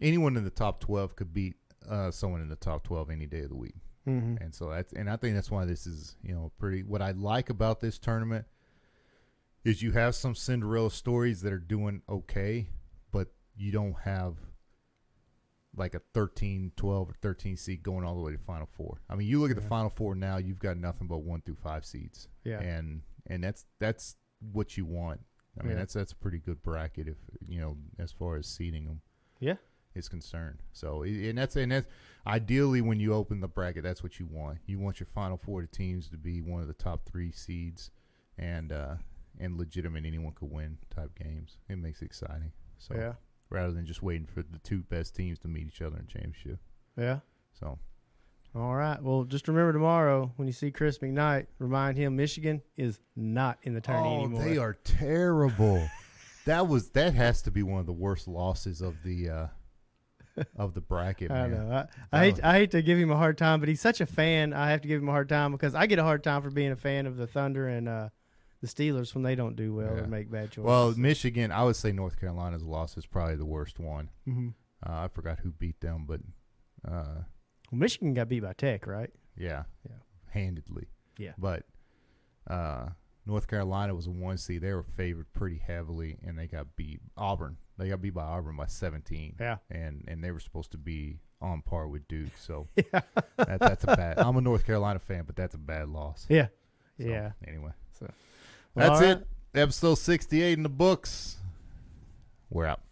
A: anyone in the top twelve could beat uh, someone in the top twelve any day of the week.
C: Mm-hmm.
A: And so that's and I think that's why this is, you know, pretty what I like about this tournament is you have some Cinderella stories that are doing okay, but you don't have like a 13, 12 or 13 seed going all the way to final four. I mean, you look at the
C: Yeah.
A: final four now, you've got nothing but 1 through 5 seeds.
C: Yeah.
A: And and that's that's what you want. I mean,
C: Yeah.
A: that's that's a pretty good bracket if, you know, as far as seeding them
C: Yeah.
A: is concerned. So i- and that's and that's ideally when you open the bracket, that's what you want. You want your final four teams to be one of the top three seeds, and uh, and legitimate anyone could win type games. It makes it exciting. So
C: Yeah.
A: rather than just waiting for the two best teams to meet each other in championship.
C: Yeah.
A: So
C: All right. Well, just remember tomorrow when you see Chris McKnight, remind him Michigan is not in the tourney anymore.
A: Oh, they are terrible. that was that has to be one of the worst losses of the uh, of the bracket.
C: I
A: Man.
C: know. I, I hate I hate to give him a hard time, but he's such a fan. I have to give him a hard time because I get a hard time for being a fan of the Thunder and uh, the Steelers when they don't do well
A: Yeah.
C: and make bad choices.
A: Well, Michigan, I would say North Carolina's loss is probably the worst one.
C: hmm
A: Uh, I forgot who beat them, but uh,
C: Well, Michigan got beat by Tech, right?
A: yeah,
C: Yeah.
A: handedly.
C: Yeah.
A: But uh, North Carolina was a one seed. They were favored pretty heavily, and they got beat. Auburn, they got beat by Auburn by seventeen.
C: Yeah.
A: and and they were supposed to be on par with Duke. So that, that's a bad. I'm a North Carolina fan, but that's a bad loss.
C: Yeah.
A: So,
C: yeah.
A: Anyway,
C: So-
A: that's
C: Well, all
A: it. Episode sixty-eight in the books. We're out.